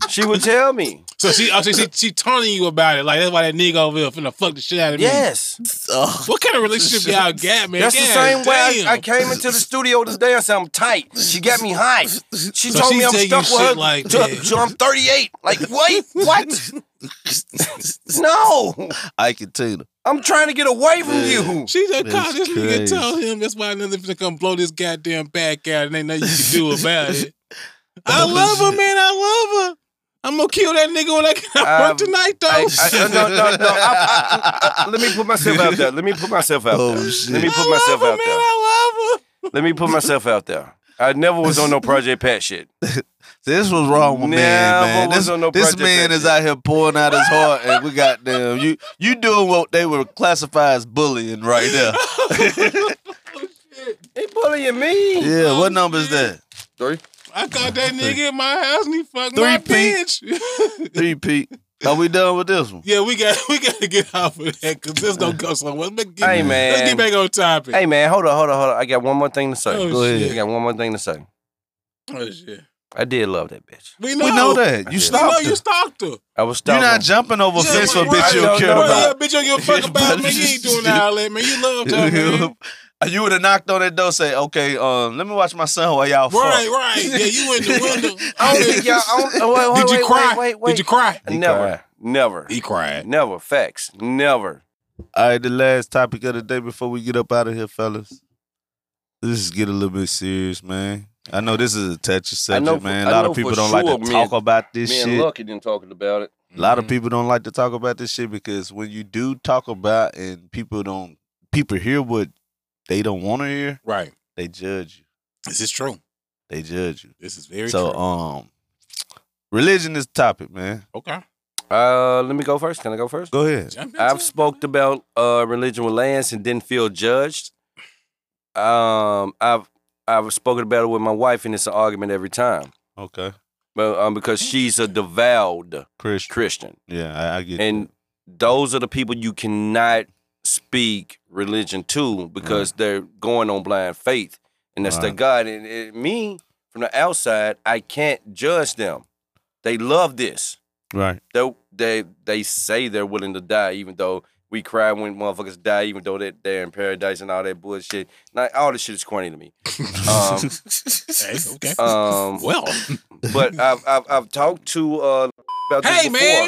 B: she would tell me.
C: So she oh, she, she she taunting you about it. Like that's why that nigga over there finna fuck the shit out of me.
B: Yes,
D: Ugh.
C: What kind of relationship y'all got, man?
B: that's the
C: God
B: same way
C: damn.
B: I, I came into the studio today. I said I'm tight. She got me high. She
C: So
B: told
C: she
B: me I'm
C: tell you
B: stuck with
C: shit
B: her.
C: like
B: till-
C: that.
B: till I'm 38. Like wait, what? no,
D: Ike and Tina.
B: I'm trying to get away from
D: Yeah.
B: you.
C: She just
D: That's
C: called this nigga,
D: crazy.
C: told him that's why nothing finna come blow this goddamn back out, and ain't nothing you can do about it. I love her, man. I love her. I'm gonna kill that nigga when I get out
B: Um,
C: work tonight, though.
B: I, I, no, no, no. I- I- I- let me put myself out there. Let me put myself out
D: Oh,
B: there.
D: shit.
B: Let me put
C: I
B: myself
C: love her,
B: out
C: man.
B: there.
C: I love her.
B: Let me put myself out there. I never was on no Project Pat shit.
D: This was wrong with
B: Never
D: man, man.
B: was
D: This,
B: on no
D: this
B: Project
D: man is
B: Action.
D: out here pouring out his heart, and we got them. You you doing what they were classified as bullying right there.
B: Oh, They bullying me.
D: Yeah, what number is that?
C: I caught that nigga in my house and he fucked
D: Three
C: my
D: peats.
C: bitch.
D: Three Pete. Are we done with this one?
C: yeah, we got we got to get off of that because this gonna go somewhere. Let's get,
B: Hey, man.
C: let's get back on topic.
B: Hey man, hold on, hold on, hold on. I got one more thing to say.
C: Oh,
D: go ahead.
B: I
C: shit.
B: got one more thing to say.
C: Oh, shit.
B: I did love that bitch.
C: We know,
D: We know that you
B: I
C: We know
D: stopped.
C: you
D: You
C: stalked her.
B: I was
D: are
B: stalking.
D: not jumping over
C: Yeah,
D: fence for a
C: right,
D: bitch you
B: right.
D: don't care
B: No,
C: Well,
D: about.
C: yeah, bitch, you don't give a fuck about me. You ain't doing all that, man. You loved her, man.
D: you would have knocked on that door, say, "Okay, um, let me watch my son while y'all
C: Right,
D: fuck."
C: right. Yeah, you in the window.
B: I don't think y'all. I don't, oh, wait, wait,
C: Did you
B: wait,
C: cry?
B: Wait, wait, wait.
C: Did you cry?
B: Never, never,
C: He cried.
B: never. Facts. Never.
D: All right, the last topic of the day before we get up out of here, fellas. This is get a little bit serious, man. I know this is a touchy
B: I
D: subject,
B: know for-
D: man.
B: I
D: A lot
B: know
D: of people
B: for
D: don't
B: sure
D: like to
B: me
D: talk
B: and-
D: about this
B: Me
D: shit.
B: and Lucky didn't talking about it.
D: A lot of people don't like to talk about this shit because when you do talk about and people don't people hear what they don't want to hear,
C: Right.
D: they judge you.
C: This is true.
D: They judge you.
C: This is very
D: so
C: true.
D: um religion is the topic, man.
C: okay.
B: Uh, let me go first. Can I go first?
D: Go ahead.
C: Jump into
B: I've
C: it.
B: spoke about uh, religion with Lance and didn't feel judged. Um, I've I've spoken about it with my wife, and it's an argument every time.
D: Okay.
B: But um, because she's a devout
D: Christian.
B: Christian,
D: Yeah, I, I get it.
B: and those are the people you cannot speak religion to because they're going on blind faith, and that's their
D: Right.
B: God. And it, me, from the outside, I can't judge them. They love this
D: Right.
B: they they they say they're willing to die, even though We cry when motherfuckers die, even though they're, they're in paradise and all that bullshit. Like, all this shit is corny to me. Um,
C: Hey, okay.
B: um,
C: well,
B: but I've, I've, I've talked to uh, about this
C: hey
B: before.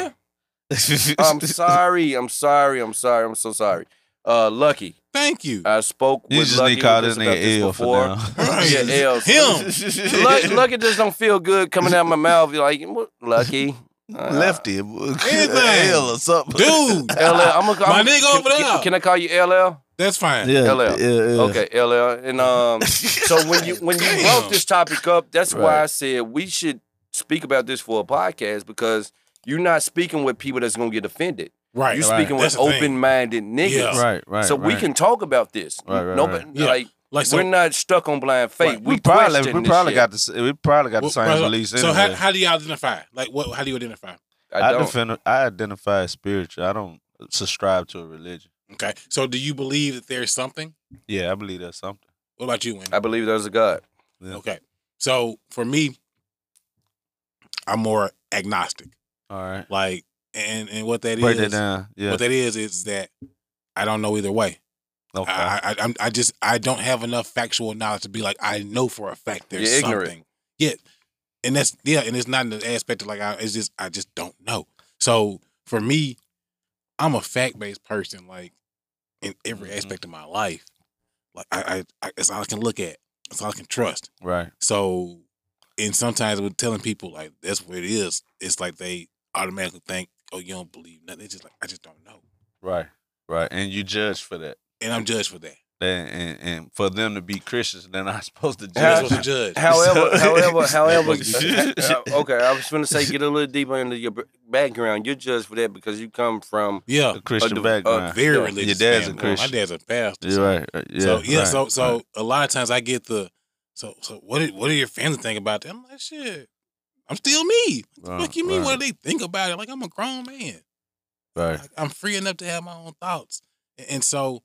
C: man,
B: I'm sorry. I'm sorry. I'm sorry. I'm so sorry. Uh, Lucky,
C: thank you.
B: I spoke
D: You
B: with
D: just
B: Lucky
D: need to call this
B: with about
D: nigga L
B: before.
D: for now.
B: Yeah, L.
C: Him.
B: Lucky, Lucky just don't feel good coming out my mouth. You're like, what? Lucky. Uh,
D: Lefty,
C: Anything.
D: L or something,
C: Dude,
B: LL. I'm gonna,
C: My
B: I'm,
C: nigga
B: can,
C: over
B: can-
C: there.
B: Can, I call you LL?
C: that's fine.
D: Yeah,
B: LL.
D: yeah, yeah.
B: Okay, LL. And um, so when you when you
C: Damn.
B: brought this topic up, that's why
D: Right.
B: I said we should speak about this for a podcast because you're not speaking with people that's gonna get offended.
C: Right.
B: You're
D: right.
B: speaking
C: That's
B: with
C: the thing.
B: open minded niggas.
C: Yeah.
D: Right, right.
B: so we
D: right.
B: can talk about this.
D: Right, right,
B: Nobody
C: right. Yeah.
B: like
C: Like so,
B: we're not stuck on blind faith.
C: Right.
B: We,
D: We probably,
B: question
D: we
B: this
D: probably
B: shit.
D: got the, s- we probably got the
C: Well,
D: same
C: brother,
D: beliefs.
C: So how,
D: anyway.
C: how do you identify? Like what? How do you identify?
B: I
D: I,
B: don't.
D: defend, I identify as spiritual. I don't subscribe to a religion.
C: Okay. So do you believe that there's something?
D: Yeah, I believe that's something.
C: What about you, Wendy?
B: I believe there's a God.
D: Yeah.
C: Okay. So for me, I'm more agnostic.
D: All right,
C: Like, and and what that is,
D: break that down. Yeah,
C: what that is, is that I don't know either way.
D: okay.
C: I, I I'm- I just I don't have enough factual knowledge to be like I know for a fact there's
B: You're ignorant.
C: something. Yeah, and that's yeah, and it's not in the aspect of like I, it's just I just don't know. So for me, I'm a fact based person, like in every
D: Mhm.
C: aspect of my life. Like I, I, I that's all I can look at. That's all I can trust.
D: right.
C: So, and sometimes with telling people like that's what it is, it's like they automatically think, oh, you don't believe nothing. It's just like I just don't know,
D: Right. Right. And you judge for that.
C: and I'm judged for that.
D: And, and, and for them to be Christians, they're not supposed to
C: You're
B: Yeah.
D: judge.
C: supposed to judge.
B: However,
D: So-
B: however, however,
D: Yeah.
B: uh, okay. I was going to say, get a little deeper into your b- background. You're judged for that because you come from
C: Yeah,
D: A Christian
B: uh,
D: background.
C: very
B: Yeah.
C: religious.
D: Your dad's a
C: man.
D: Christian.
C: My dad's a pastor.
D: Yeah, right. right, Yeah.
C: so yeah,
D: right,
C: so so
D: right.
C: a lot of times I get the so so what did, what do your family think about that? I'm like shit. I'm still me.
D: Right,
C: What you mean?
D: Oh, right,
C: What do they think about it? Like I'm a grown man.
D: Right.
C: Like, I'm free enough to have my own thoughts. And, and so,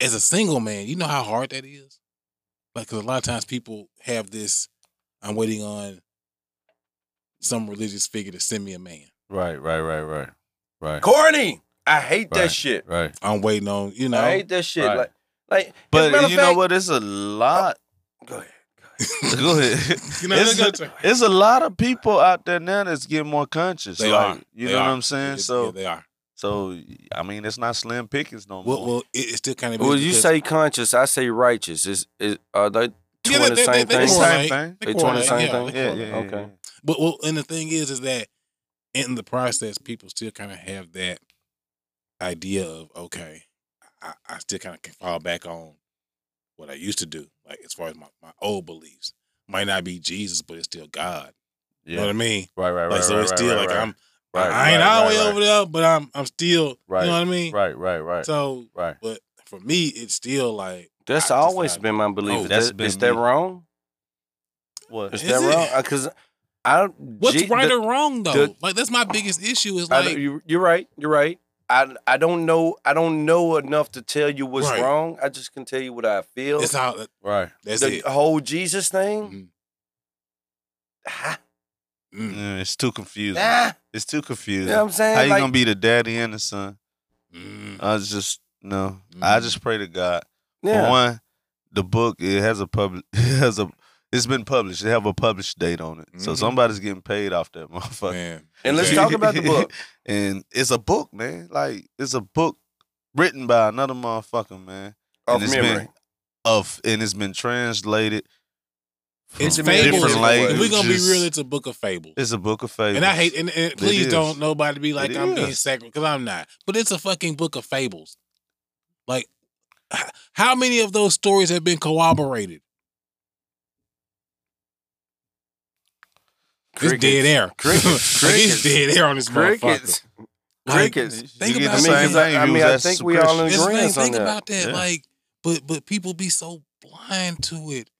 C: as a single man, you know how hard that is. Like, 'cause a lot of times people have this. I'm waiting on some religious figure to send me a man.
D: Right. Right. Right. Right. Right.
B: corny. I hate that
D: Right.
B: shit.
D: Right.
C: I'm waiting on you know.
B: I hate that shit.
D: Right.
B: Like, like. as a matter
D: But
B: of
D: you know
B: fact-
D: what? It's a lot.
B: Go ahead.
D: Go ahead.
C: You know,
D: it's,
C: look
D: a,
C: at you.
D: it's a lot of people out there now that's getting more conscious.
C: They
D: like,
C: are.
D: You
C: They
D: know
C: are.
D: what I'm saying?
C: Yeah,
D: so,
C: yeah, they are.
D: so I mean, it's not slim pickings no more.
C: Well, well, it, it still kind of.
B: Well, you say conscious. I say righteous. Is is are they two
C: Yeah,
B: in
C: they-
B: the
C: they-
B: same
C: they- they
B: thing?
C: correlate.
D: thing.
B: They doing the
C: correlate,
B: same
C: yeah,
B: thing?
C: they
D: Yeah, yeah,
C: correlate.
D: yeah,
B: Okay.
D: yeah.
C: But well, and the thing is, is that in the process, people still kind of have that idea of okay, I, I still kind of can fall back on what I used to do, like as far as my, my old beliefs. Might not be Jesus, but it's still God. You know what I mean?
D: Right, right, right.
C: like so,
D: right,
C: it's
D: right,
C: still
D: right,
C: like
D: right.
C: I'm.
D: Right,
C: I ain't
D: right,
C: all the
D: right,
C: way
D: right.
C: over there, but I'm. I'm still.
D: Right,
C: You know what I mean?
D: Right, right, right.
C: So
D: right.
C: for me, it's still like
B: That's
C: I just
B: always
C: like-
B: been my belief.
D: Oh,
B: Is
D: that's
B: that-
D: been
B: is that
D: me.
B: wrong?
D: What?
B: Is,
C: Is
B: that
C: it?
B: wrong? Because I don't.
C: what's
B: Je-
C: right
B: the-
C: or wrong though.
B: the-
C: like that's my biggest issue. Is
B: I
C: like
B: don't- you, you're right. You're right. I I don't know. I don't know enough to tell you what's
C: Right.
B: wrong. I just can tell you what I feel.
C: it's how
D: Right.
C: that's
B: the uh,
C: it.
B: whole Jesus thing.
C: Mhm.
B: Ha,
C: Mm.
D: Mm, it's too confusing.
B: nah.
D: It's too
B: You
D: confusing.
B: know what I'm saying?
D: How you
B: Like,
D: gonna be the daddy and the son?
C: Mm.
D: I was just no. I
C: Mm-hmm.
D: just pray to God. For
B: yeah.
D: one, the book it has a public it has a it's been published. They have a published date on it.
B: Mm-hmm.
D: So
C: Mhm.
D: somebody's getting paid off that motherfucker.
C: Man.
B: And let's
C: Okay.
B: talk about the book.
D: and it's a book, man. Like it's a book written by another motherfucker, man.
B: Off
D: and it's
B: memory.
D: been of and it's been translated. from
C: It's
B: Different
C: fables.
B: languages.
C: If we're gonna be real,
D: languages.
C: it's a book of fables.
D: It's a book of fables.
C: and I hate and, and please
D: is.
C: don't nobody be like
D: It
C: I'm being
D: is.
C: sacred because I'm not. But it's a fucking book of fables. Like, h- how many of those stories have been corroborated? It's dead air.
B: Crickets.
C: like it's
B: Crickets.
C: dead air on this motherfucker.
B: Crickets.
C: Like,
B: Crickets.
C: Think
D: you get
C: about
D: the
C: it. I mean, 'cause
D: same thing. if
B: I- I
D: you
B: mean,
D: was
B: I
D: that
B: think we
D: Christian.
B: all in
C: That's the thing.
B: Agreeance on
C: Think
B: that.
C: about that.
D: Yeah.
C: Like, but but people be so blind to it.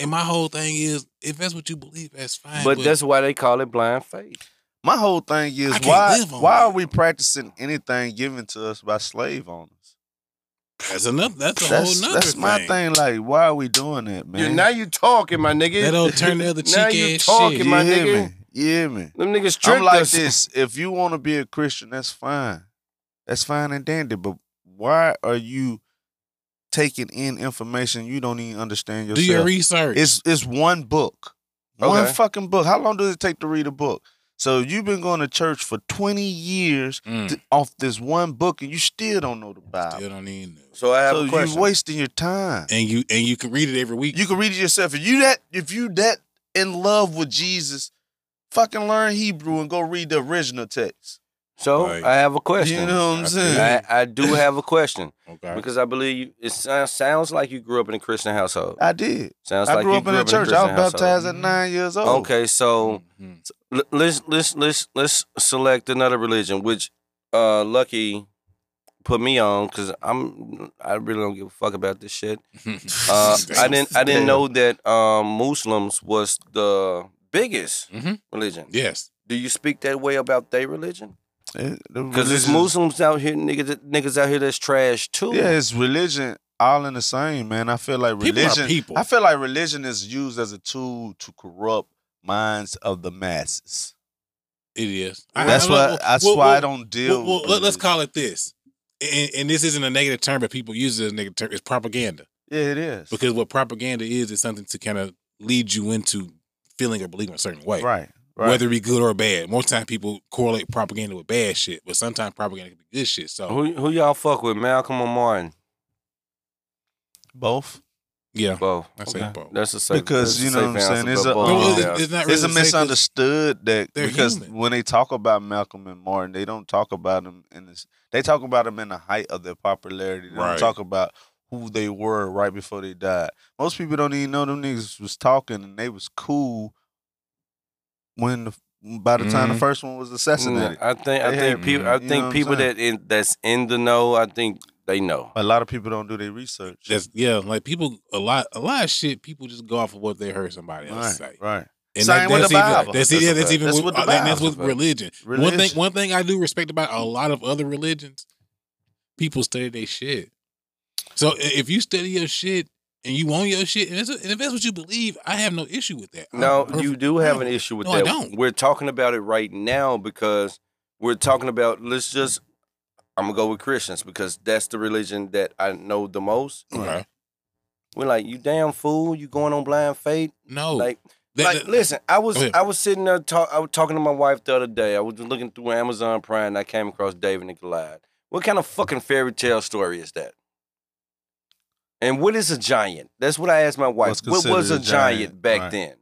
C: And my whole thing is, if that's what you believe, that's fine.
B: But that's why they call it blind faith.
D: My whole thing
C: I
D: is
C: can't
D: why
C: live on
D: why
C: that.
D: are we practicing anything given to us by slave owners?
C: that's enough. That's a
D: That's
C: whole nother
D: that's
C: thing.
D: my thing. Like, why are we doing that, man?
B: You, now you talking, my nigga.
C: That old turn the other cheek
B: Now you
C: ass
B: talking,
C: shit.
D: you
B: my
D: hear
B: nigga.
D: me? You hear me?
B: Them niggas
D: I'm
B: tricked
D: like
B: us.
D: this. If you want to be a Christian, that's fine. That's fine and dandy, but why are you taking in information you don't even understand yourself?
C: Do your research.
D: It's it's one book. One
B: Okay.
D: fucking book. How long does it take to read a book? So you've been going to church for 20 years
C: Mm.
D: to- off this one book and you still don't know the
C: Still
D: Bible.
C: don't even know.
B: So I have
D: So
B: a
D: you're
B: question.
D: wasting your time.
C: And you and you can read it every week.
D: You can read it yourself. If you that if you that in love with Jesus, fucking learn Hebrew and go read the original text.
B: so
C: Right.
B: I have a question.
D: You know what I'm
C: I
D: saying?
B: I, I do have a question
C: okay.
B: because I believe you, it sounds, sounds like you grew up in a Christian household.
D: I did.
B: Sounds
D: I
B: like
D: grew
B: you
D: up in a church. I
B: Christian
D: was
B: household.
D: baptized at nine years old.
B: Okay, so
C: Mhm.
B: l- let's let's let's let's select another religion, which uh Lucky put me on because I'm I really don't give a fuck about this shit.
C: Mm-hmm.
B: Uh, I didn't I didn't know that um, Muslims was the biggest
C: Mhm.
B: religion.
C: Yes.
B: Do you speak that way about their religion? Because
D: Because
B: there's Muslims out here, niggas, niggas out here that's trash too.
D: Yeah, it's religion all in the same, man. I feel like
C: People are
D: religion
C: people.
D: I feel like religion is used as a tool to corrupt minds of the masses.
C: It is.
D: that's why
C: well,
D: that's
C: well,
D: why
C: well,
D: I don't deal
C: Well, well
D: with
C: let, us
D: religion.
C: call it this, and, and this isn't a negative term, but people use it as a negative term. It's propaganda
D: Yeah, it is.
C: because what propaganda is is something to kind of lead you into feeling or believing a certain way,
D: right, right.
C: whether it be good or bad. Most time people correlate propaganda with bad shit, but sometimes propaganda can be good shit. So
B: Who who y'all fuck with, Malcolm or Martin?
D: both.
C: yeah,
B: Both.
C: I say
D: Okay.
C: both.
B: That's a safe
D: Because,
B: that's
D: you
B: a safe
D: know what I'm saying,
B: answer,
D: it's
B: but
D: a-
B: both
D: No,
B: of
D: it-
B: y'all.
C: not
D: It's a
C: really safe 'cause-
D: misunderstood that
C: they're
D: because
C: human.
D: when they talk about Malcolm and Martin, they don't talk about them in this. They talk about them in the height of their popularity. They
C: Right.
D: don't talk about who they were right before they died. Most people don't even know them niggas was talking and they was cool when the, by the time the
C: Mhm.
D: first one was
B: Mm,
D: assassinated.
B: I think I
D: They
B: think
D: had-
B: people I
D: You know what
B: think
D: I'm
B: people
D: saying?
B: that in that's in the know, I think they know.
D: A lot of people don't do their research.
C: That's yeah, like people a lot a lot of shit. People just go off of what they heard somebody else
D: right,
C: say.
D: right.
C: And
D: Same with
C: that's
D: the
C: even,
D: Bible.
C: That's,
B: That's
C: yeah,
B: a
C: that's
B: fact.
C: even
D: That's
C: with,
D: with the
C: uh, that- that's
D: Bible.
B: That's a
C: with
B: fact.
C: religion. One thing
D: Religion.
C: one thing I do respect about a lot of other religions, people study their shit. So i- if you study your shit and you own your shit, and, it's a, and if that's what you believe, I have no issue with
D: Oh,
C: that. I'm
B: No,
C: perfect-
B: you do have
C: fine
B: an issue with
C: No, I
B: that.
C: don't.
B: We're talking about it right now because we're talking about let's just I'm gonna go with Christians because that's the religion that I know the most.
C: Okay.
B: We're like, you damn fool, you going on blind faith?
C: No,
B: Like
C: That-
B: like,
C: that-
B: listen, I was
C: Go ahead.
B: I was sitting there talk, I was talking to my wife the other day. I was looking through Amazon Prime and I came across David and Goliath. What kind of fucking fairy tale story is that? And what is a giant? That's what I asked my wife.
D: What's
B: What was
D: considered
B: a
D: a
B: giant,
D: giant?
B: back
D: Right.
B: then?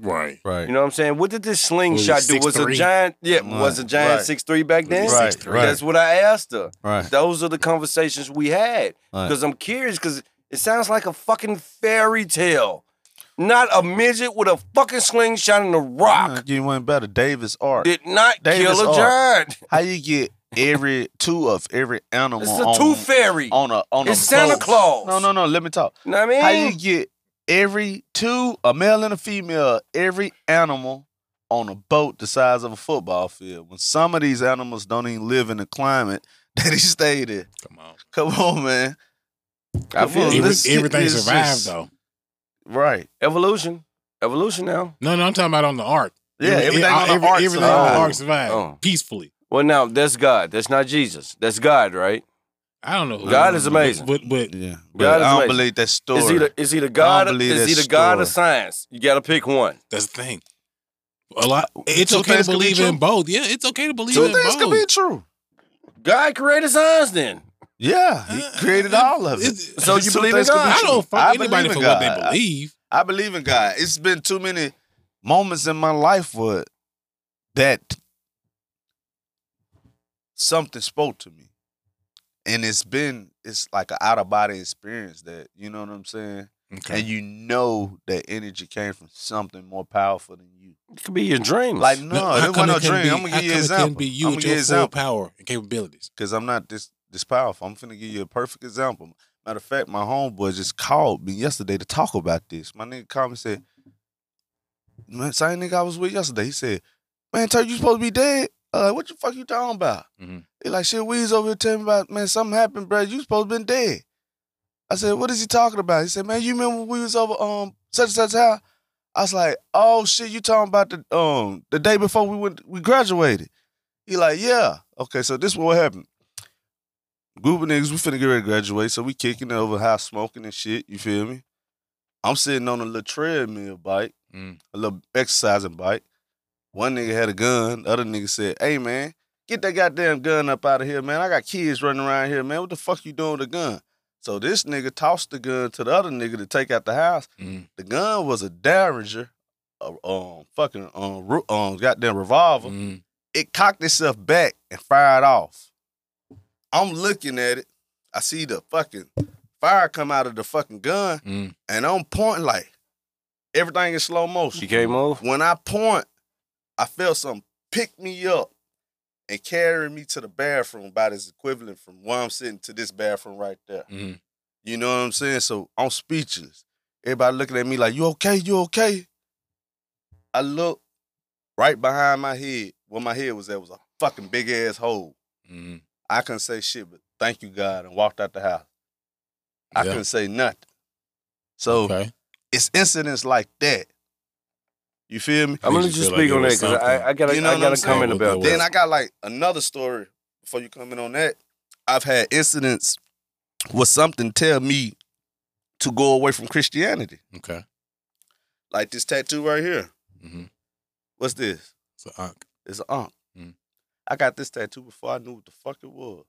C: right.
D: Right.
B: You know what I'm saying? What did this slingshot
C: Was it
B: do? Was a
C: 6'3"?
B: giant? Yeah,
D: Right,
B: was a giant
D: right.
B: six three back then?
C: Was it
D: Right,
C: 6'3"?
D: right.
B: That's what I asked her.
D: Right.
B: Those are the conversations we had
D: Right.
B: because I'm curious because it sounds like a fucking fairy tale, not a midget with a fucking slingshot and a rock.
D: You went better. Davis Art.
B: Did not
D: Davis
B: kill a
D: Art.
B: giant.
D: How you get every two of every animal
B: It's a
D: on,
B: tooth fairy.
D: on a on
B: It's
D: a
B: Santa
D: boat?
B: Claus.
D: No, no, no. Let me talk.
B: You know what
D: How
B: I mean?
D: you get every two, a male and a female, every animal on a boat the size of a football field? When some of these animals don't even live in the climate that he stayed in.
C: Come on,
D: Come on, man.
B: I
D: Well,
B: feel
C: Every-
B: it.
D: this shit
C: everything
D: is
C: survived
D: just-
C: though.
D: Right.
B: evolution. Evolution now.
C: No, no, I'm talking about on the ark.
D: Yeah,
C: Every-
D: everything
C: every-
D: on the
C: every-
D: ark
C: everything on the
D: survived.
C: ark survived
B: Oh.
C: peacefully.
B: Well, now that's God. That's not Jesus. That's God, right?
C: I don't know. who-
B: God is amazing.
C: but but
D: Yeah. But
B: God is
D: I don't
B: amazing.
D: believe that story.
B: Is either is either God
D: believe
B: is
D: that
B: either God or
D: story.
B: science? You gotta pick one.
C: That's the thing. A lot. It's
D: Two
C: okay to
D: things can be
C: believe
D: true.
C: in both. Yeah, it's okay to believe
D: Two
C: in
D: things
C: both.
D: could be true.
B: God created science then.
D: Yeah. He created all of it.
C: It's-
B: So you
D: Uh, Two
B: believe in
D: things could be
B: God?
C: I
D: true.
C: don't fuck
D: I
C: anybody
D: believe in
C: for what they
D: God.
C: believe.
D: I believe in God. It's been too many moments in my life where that something spoke to me. And it's been it's like an out of body experience that you know what I'm saying? And you know that energy came from something more powerful than you.
B: It could be your dreams.
D: Like
C: No,
D: no,
C: how
D: it
C: come
D: wasn't no
C: it couldn't
D: dream.
C: be-
D: I'm gonna
C: how
D: give you
C: come
D: an
C: it
D: example.
C: couldn't be you
D: I'm
C: with
D: gonna give
C: your
D: you an
C: full
D: example
C: power and capabilities.
D: because I'm not this this powerful. I'm finna give you a perfect example. Matter of fact, my homeboy just called me yesterday to talk about this. My nigga called me and said, man, same nigga I was with yesterday. He said, man, Turk, you supposed to be dead? I like, what the fuck you talking about?
C: Mhm.
D: He like, shit, Weez over here telling me about, man, something happened, bro. You supposed to been dead. I said, what is he talking about? He said, man, you remember when we was over um such and such how? I was like, oh shit, you talking about the um the day before we went we graduated. He like, yeah. Okay, so this what happened. Group of niggas, we finna get ready to graduate, so we kicking it over high smoking and shit. You feel me? I'm sitting on a little treadmill bike,
G: Mm.
D: a little exercising bike. One nigga had a gun. The other nigga said, "Hey man, get that goddamn gun up out of here, man. I got kids running around here, man. What the fuck you doing with a gun?" So this nigga tossed the gun to the other nigga to take out the house.
G: Mm.
D: The gun was a Derringer, a um, fucking um, ru- um, goddamn revolver
G: Mm.
C: mm-hmm.
D: it cocked itself back and fired off. I'm looking at it. I see the fucking fire come out of the fucking gun,
G: Mm.
D: and I'm pointing like everything in slow
B: She
D: motion.
B: can't move.
D: When I point, I felt something pick me up and carry me to the bathroom about as equivalent from where I'm sitting to this bathroom right there.
G: Mm.
D: You know what I'm saying? So I'm speechless. Everybody looking at me like, you okay? You okay? I look right behind my head. Where my head was at was a fucking big ass hole.
G: Mm.
C: Mm-hmm.
D: I couldn't say shit, but thank you, God, and walked out the house. I
G: Yeah.
D: couldn't say nothing. So
G: Okay.
D: it's incidents like that. You feel me?
B: I'm gonna
G: Makes you
B: just
G: feel like
B: speak
G: it
B: on that
G: was
B: because I, I gotta
D: You know
B: I
D: what
B: gotta
D: I'm saying?
B: comment about
G: With the
B: that.
D: Then I got like another story before you come in on that. I've had incidents where something tell me to go away from Christianity.
G: Okay.
D: Like this tattoo right here.
C: Mm-hmm.
G: Mhm.
D: What's this?
G: So,
C: uh,
G: Ankh.
D: It's an unk.
G: Mm.
D: I got this tattoo before I knew what the fuck it was.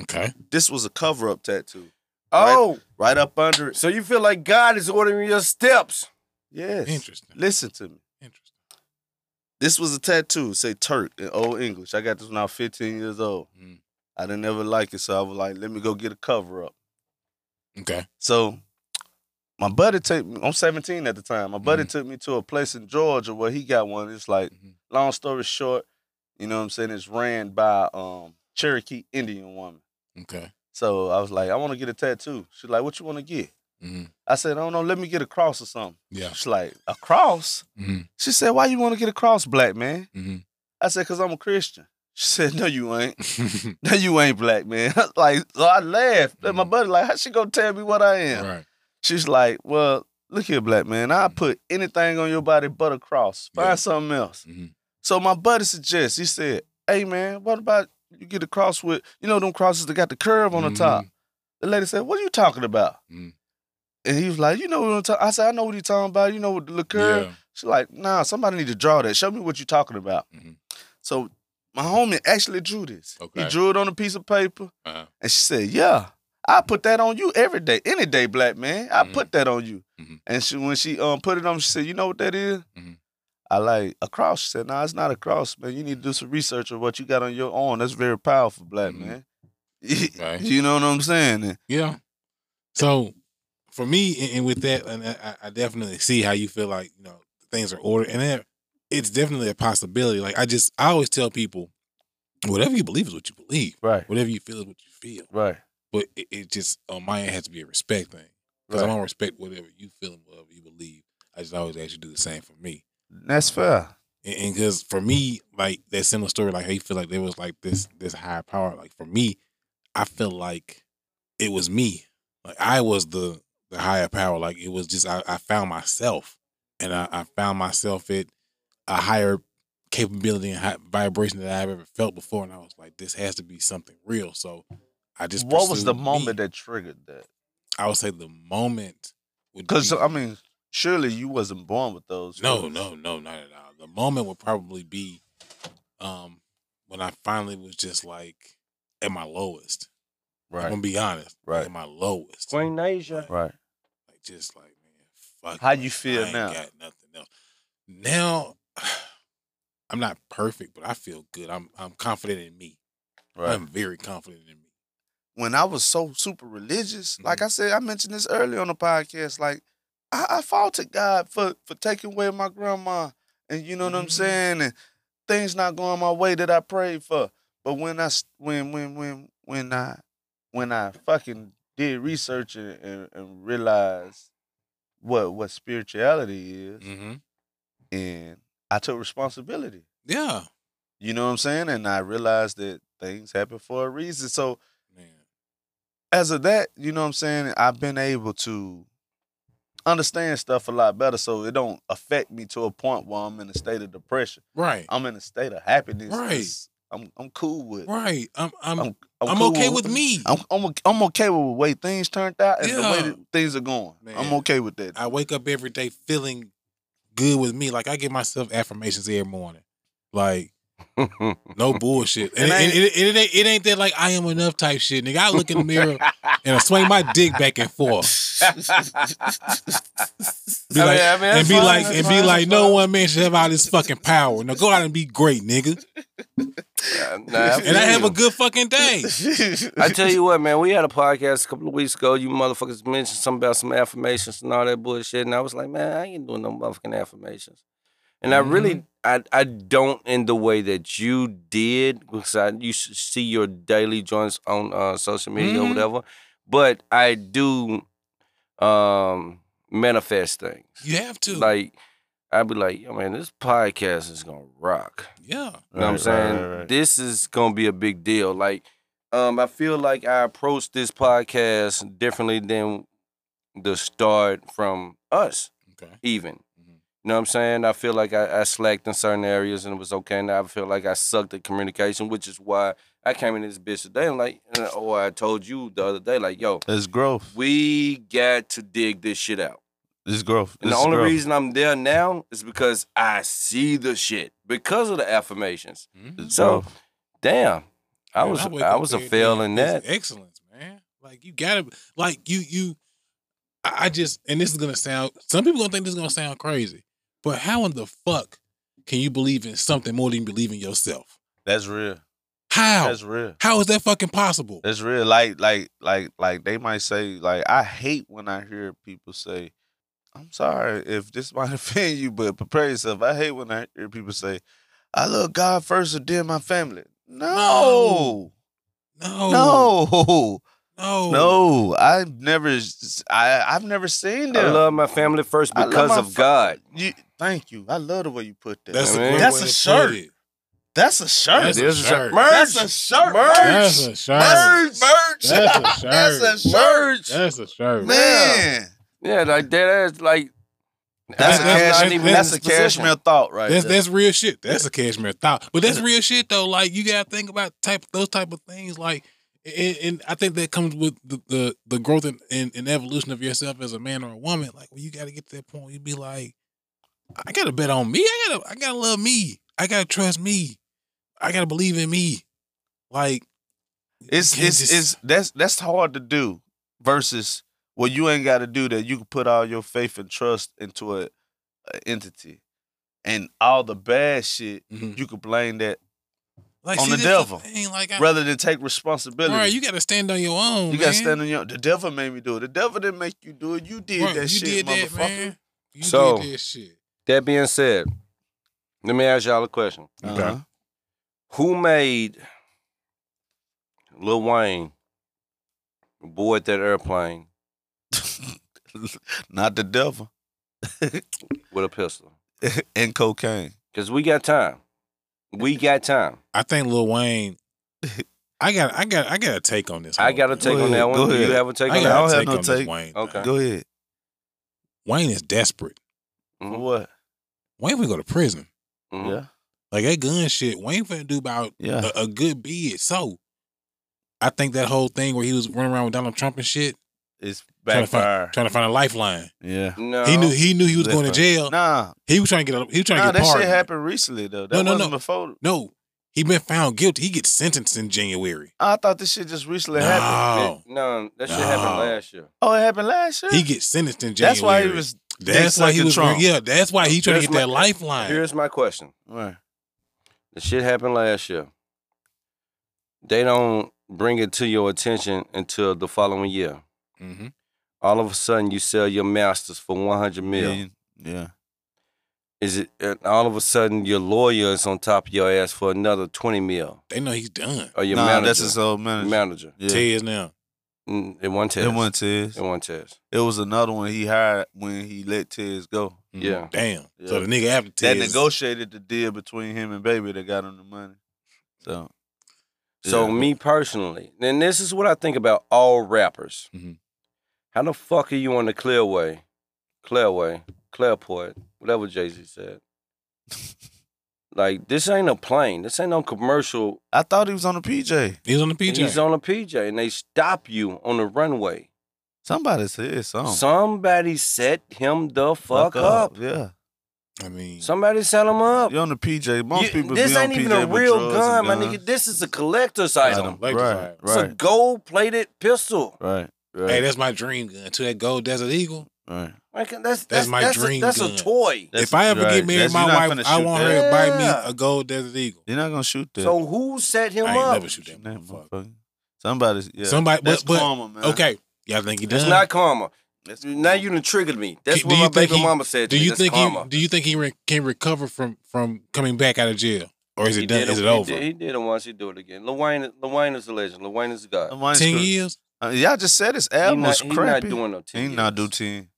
G: Okay.
D: This was a cover up tattoo.
B: Oh,
D: Right up under it.
B: so you feel like God is ordering your steps?
D: Yes.
C: Interesting.
D: Listen to me.
C: Interesting.
D: This was a tattoo, say Turk in old English. I got this when I was 15 years old.
G: Mm.
D: I didn't ever like it, so I was like, let me go get a cover up.
G: Okay.
D: So my buddy took me, I'm 17 at the time. My buddy took me to a place in Georgia where he got one. It's like,
G: Mhm.
D: long story short, you know what I'm saying? It's ran by um Cherokee Indian woman.
G: Okay.
D: So I was like, I want to get a tattoo. She's like, what you want to get?
G: Mm.
D: I said, I don't know, let me get a cross or something.
G: Yeah.
D: She's like, a cross?
C: Mm-hmm.
G: Mm.
D: She said, why you want to get a cross, black man?
G: Mhm.
D: I said, because I'm a Christian. She said, no, you ain't.
C: Mm-hmm.
D: No, you ain't black, man. like, so I laughed. And my
G: Mhm.
D: buddy, like, how she gonna tell me what I am?
G: Right.
D: She's like, well, look here, black man. I
G: Mhm.
D: put anything on your body but a cross. Find
G: Yeah.
D: something else.
C: Mm-hmm.
G: Mhm.
D: So my buddy suggests, he said, hey, man, what about you get a cross with, you know, them crosses that got the curve
G: Mm-hmm.
D: on the top? The lady said, what are you talking about?
G: Mhm.
D: And he was like, you know what I'm talking I said, I know what you're talking about. You know what the little curve?
G: Yeah.
D: She's like, nah, somebody need to draw that. Show me what you're talking about.
G: Mhm.
D: So my homie actually drew this.
G: Okay.
D: He drew it on a piece of paper.
G: Uh-huh.
D: And she said, yeah, I put that on you every day, any day, black man. I
C: Mm-hmm.
G: Mhm.
D: put that on you.
G: Mhm.
D: And she, when she um put it on, she said, you know what that is?
C: Mm-hmm.
G: Mhm.
D: I like a cross. She said, nah, it's not a cross, man. You need to do some research on what you got on your arm. That's very powerful, black
C: Mm-hmm.
G: Mhm.
D: man.
G: Right.
D: You know what I'm saying? And
C: Yeah. So for me, and, and with that, and I, I definitely see how you feel like you know things are ordered, and that it's definitely a possibility. Like I just, I always tell people, whatever you believe is what you believe.
D: Right.
C: Whatever you feel is what you feel.
D: Right.
C: But it, it just on my end has to be a respect thing because I don't respect whatever you feel and whatever you believe. I just always ask you to do the same for me.
D: That's fair.
C: and because for me, like that similar story, like how you feel like there was like this this higher power. Like for me, I feel like it was me. Like I was the the higher power. Like it was just I, I found myself, and I, I found myself at a higher capability and high vibration that I've ever felt before. And I was like, this has to be something real. So I just
D: what was the
C: pursued
D: moment
C: me.
D: that triggered that?
C: I would say the moment would
D: Because
C: be-
D: I mean, surely you wasn't born with those.
C: No,
D: feelings.
C: no, no, not at all. The moment would probably be um when I finally was just like at my lowest. I'm
D: Right,
C: gonna be honest.
D: Right.
C: At my lowest.
B: Queen Nasia.
C: Like,
D: right.
C: like, just like man, fuck.
D: How
C: like,
D: you feel
C: I ain't
D: now?
C: Got nothing else. Now I'm not perfect, but I feel good. I'm I'm confident in me.
D: Right.
C: I'm very confident in me.
D: When I was so super religious, like I said, I mentioned this earlier on the podcast. Like I, I faulted God for for taking away my grandma, and you know what I'm
C: Mhm.
D: saying, and things not going my way that I prayed for. But when I s- when when when when I when I fucking did research and, and, and realized what what spirituality is,
G: Mm-hmm.
D: and I took responsibility.
C: Yeah.
D: You know what I'm saying? And I realized that things happen for a reason. So
C: Man.
D: as of that, you know what I'm saying, I've been able to understand stuff a lot better so it don't affect me to a point where I'm in a state of depression.
C: Right.
D: I'm in a state of happiness.
C: Right.
D: It's I'm I'm cool with.
C: Right. I'm I'm I'm,
D: I'm, cool
C: okay with me.
D: I'm I'm I'm okay with the way things turned out and the way
C: Yeah.
D: that things are going. I'm
C: Man.
D: okay with that.
C: I wake up every day feeling good with me. Like I give myself affirmations every morning. Like no bullshit. And,
D: And I
C: and- and it, it ain't, it ain't that like I am enough type shit. Nigga, I look in the mirror and I swing my dick back and forth. Be like,
G: I
C: and
G: mean, Oh, that's
C: be
G: fine,
C: like,
G: that's
C: and
G: fine,
C: be like,
G: that's
C: no
G: fine.
C: one man should have all this fucking power. Now go out and be great, nigga.
G: Nah, I
C: And I
G: feel
C: have a
G: you.
C: good fucking day.
B: I tell you what, man, we had a podcast a couple of weeks ago. You motherfuckers mentioned something about some affirmations and all that bullshit, and I was like, man, I ain't doing no motherfucking affirmations. And I really, I, I don't in the way that you did because I you s- see your daily joints on uh, social media or
C: Mhm.
B: whatever, but I do um, manifest things.
C: You have to.
B: Like I'd be like, yo, man, this podcast is gonna rock.
C: yeah.
B: You know what I'm
D: Right, right,
B: saying?
D: right, right.
B: This is gonna be a big deal. Like, um, I feel like I approached this podcast differently than the start from us,
C: Okay.
B: even.
D: Mm-hmm.
C: Mhm.
B: You know what I'm saying? I feel like I, I slacked in certain areas and it was okay. And I feel like I sucked at communication, which is why I came in this bitch today and like, and- uh, or I told you the other day, like, yo,
D: That's growth.
B: we got to dig this shit out.
D: It's growth.
B: And
D: It's
B: the only
D: growth.
B: reason I'm there now is because I see the shit because of the affirmations.
C: Mhm.
B: So, damn, I
C: Man,
B: was
C: wake
B: I
C: up
B: was a
C: every day
B: fail
C: and
B: in
C: it's
B: that.
C: excellence, man. Like you gotta, like you you. I I just and this is gonna sound. Some people gonna think this is gonna sound crazy, but how in the fuck can you believe in something more than you believe in yourself?
D: That's real.
C: How?
D: That's real.
C: How is that fucking possible?
D: That's real. Like, like, like, like they might say, like, I hate when I hear people say, I'm sorry if this might offend you, but prepare yourself. I hate when I hear people say, I love God first and then my family. No.
C: No,
D: No.
C: no,
D: No. I've never s- I I've never seen that.
B: I love my family first
D: I love
B: because
D: my
B: of
D: fa-
B: God.
D: you thank you. I love the way you put that.
C: That's
D: That's,
B: I
C: a,
B: mean-
C: good
D: That's
C: way
D: a
C: to
D: shirt.
C: Put it.
D: a shirt.
C: That's
B: is
C: a
B: a
C: shirt.
D: That's a shirt. Merch.
C: That's a shirt.
D: Merch.
C: That's a shirt.
D: That's a shirt.
C: That's a shirt.
D: Man.
B: Yeah, like that ass, like
D: That's,
C: That's-
D: a
C: that's-
D: cash,
C: that's-
D: that's, a
B: his position.
D: cashmere thought right
C: That's
D: there.
C: that's real shit. That's a cashmere thought, but that's real shit though. Like you gotta think about type those type of things. Like, and, and I think that comes with the the, the growth and, and, and evolution of yourself as a man or a woman. Like, well, you gotta get to that point. where You be like, I gotta bet on me. I gotta I gotta love me. I gotta trust me. I gotta believe in me. Like,
D: it's
C: you can't
D: it's,
C: just-
D: it's that's that's hard to do versus what you ain't got to do that you can put all your faith and trust into a, a entity and all the bad shit
C: Mhm.
D: you could blame that
C: like
D: on
C: see,
D: the
C: that's
D: devil.
C: Thing. Like, I,
D: rather than take responsibility.
C: right, you gotta stand on your own.
D: you gotta
C: man.
D: stand on your. The devil made me do it. The devil didn't make you do it. You did
C: Right,
D: that
C: you did
D: shit,
C: that,
D: motherfucker.
C: man. You
B: So-
C: did that shit.
B: that being said, let me ask y'all a question.
D: Okay.
B: Who made Lil Wayne board that airplane
D: Not the devil
B: with a pistol?
D: and cocaine.
B: Because we got time. We got time.
C: I think Lil Wayne. I got, I got, I got a take on this.
B: I
C: whole
B: got a
C: thing.
B: take on
D: Go ahead,
B: that one.
D: go
B: Do you
D: ahead.
B: have a take
C: I
B: on that?
D: got-
C: got
D: I
C: a take
D: don't have no
C: on this
D: take.
C: Wayne.
B: Okay.
C: Okay.
D: Go ahead.
C: Wayne is desperate.
B: Mhm.
D: What?
C: Wayne would go to prison.
B: Mhm.
D: Yeah.
C: Like that gun shit. Wayne finna do about
D: Yeah.
C: a, a good bid. So, I think that whole thing where he was running around with Donald Trump and shit,
D: It's
C: trying to
D: backfire.
C: find, trying to find a lifeline.
D: Yeah.
B: No.
C: He knew, he knew he was going to jail.
D: Lifeline. Nah,
C: He was trying to get, a, he was trying
D: nah,
C: to get
D: that
C: pardoned.
D: shit happened recently though. That
C: No, no,
D: wasn't
C: no.
D: before.
C: No, he been found guilty. He gets sentenced in January.
D: I thought this shit just recently
C: No,
D: happened.
B: It- no, that shit happened
C: No.
B: last year.
D: Oh, it happened last year.
C: he gets sentenced in January.
D: That's why he was.
C: That's why he
D: sucking
C: was.
D: Trump.
C: Yeah, that's why he trying
B: Here's
C: to get that
B: my-
C: lifeline.
B: Here's my question.
D: Right.
B: The shit happened last year. They don't bring it to your attention until the following year.
C: Mm-hmm.
B: All of a sudden, you sell your masters for 100 mil.
D: Yeah. yeah.
B: Is it? And all of a sudden, your lawyer is on top of your ass for another 20 mil.
C: They know he's done.
B: Or your
D: Nah,
B: manager.
D: that's his old manager.
B: manager.
D: Oh, yeah.
C: Tears now.
B: Mm, It won test.
D: It wasn't Tiz.
B: It won test.
D: It was another one he hired when he let Tiz go.
C: Mhm.
B: Yeah.
C: Damn.
D: Mm-hmm. Yeah.
C: So the nigga after
D: That
C: Tears.
D: negotiated the deal between him and Baby that got him the money. So.
B: So
D: yeah.
B: me personally, and this is what I think about all rappers.
D: Mm-hmm.
C: Mhm.
B: How the fuck are you on the Clearway, Clearway, Clearport, whatever Jay Z said? Like this ain't a plane. This ain't no commercial.
D: I thought he was on the PJ.
C: He's on the PJ.
B: And He's on a PJ, and they stop you on the runway.
D: Somebody said something.
B: Somebody set him the fuck, up.
D: Yeah.
C: I mean,
B: Somebody set him up.
D: You're on the PJ. Most
B: You-
D: people
B: this
D: be on
B: ain't even
D: PJ
B: a
D: with
B: real
D: drugs
B: gun,
D: and
B: my
D: guns.
B: nigga. This is a collector's
C: I
B: item.
C: don't like
D: Right,
C: this.
B: It's a
D: right,
B: gold plated pistol.
D: right, right,
C: Hey, that's my dream gun. To that gold Desert Eagle.
D: right.
B: Like, that's, that's,
C: my
B: that's
C: dream
B: A, that's
C: gun.
B: a toy.
D: That's-
C: if I ever
D: right.
C: get married,
D: That's-
C: my
D: you're not
C: wife,
D: finna
C: I
D: shoot
C: want
D: that.
C: her to buy me
B: Yeah.
C: a gold Desert Eagle.
D: You're not gonna shoot that.
B: So who set him
C: I ain't
B: up?
C: never shoot that.
D: Shoot that
C: motherfucker.
D: motherfucker. Somebody's yeah.
C: Somebody,
D: That's
C: but, but
D: karma, man.
C: okay, y'all think he
B: That's
C: done?
B: not karma.
D: That's
B: Now you done triggered me. That's
C: Do
B: what
C: you
B: my
C: think
B: baby
C: he-
B: mama said.
C: Do
B: to me.
C: you
B: That's
C: think
B: karma.
C: he? Do you think he re- can recover from from coming back out of jail, or is it
B: He
C: done?
B: did
C: Is it
B: he
C: over?
B: Did, he did it once. He do it again. Lil Wayne, Lil Wayne is a legend. Lil Wayne is a god.
D: Mine's
C: Ten
D: cr-
C: years?
D: Uh, y'all just said his
B: He
D: album
B: not,
D: was
B: he not
D: crappy.
B: doing no ten.
D: he not do
B: years.
D: ten.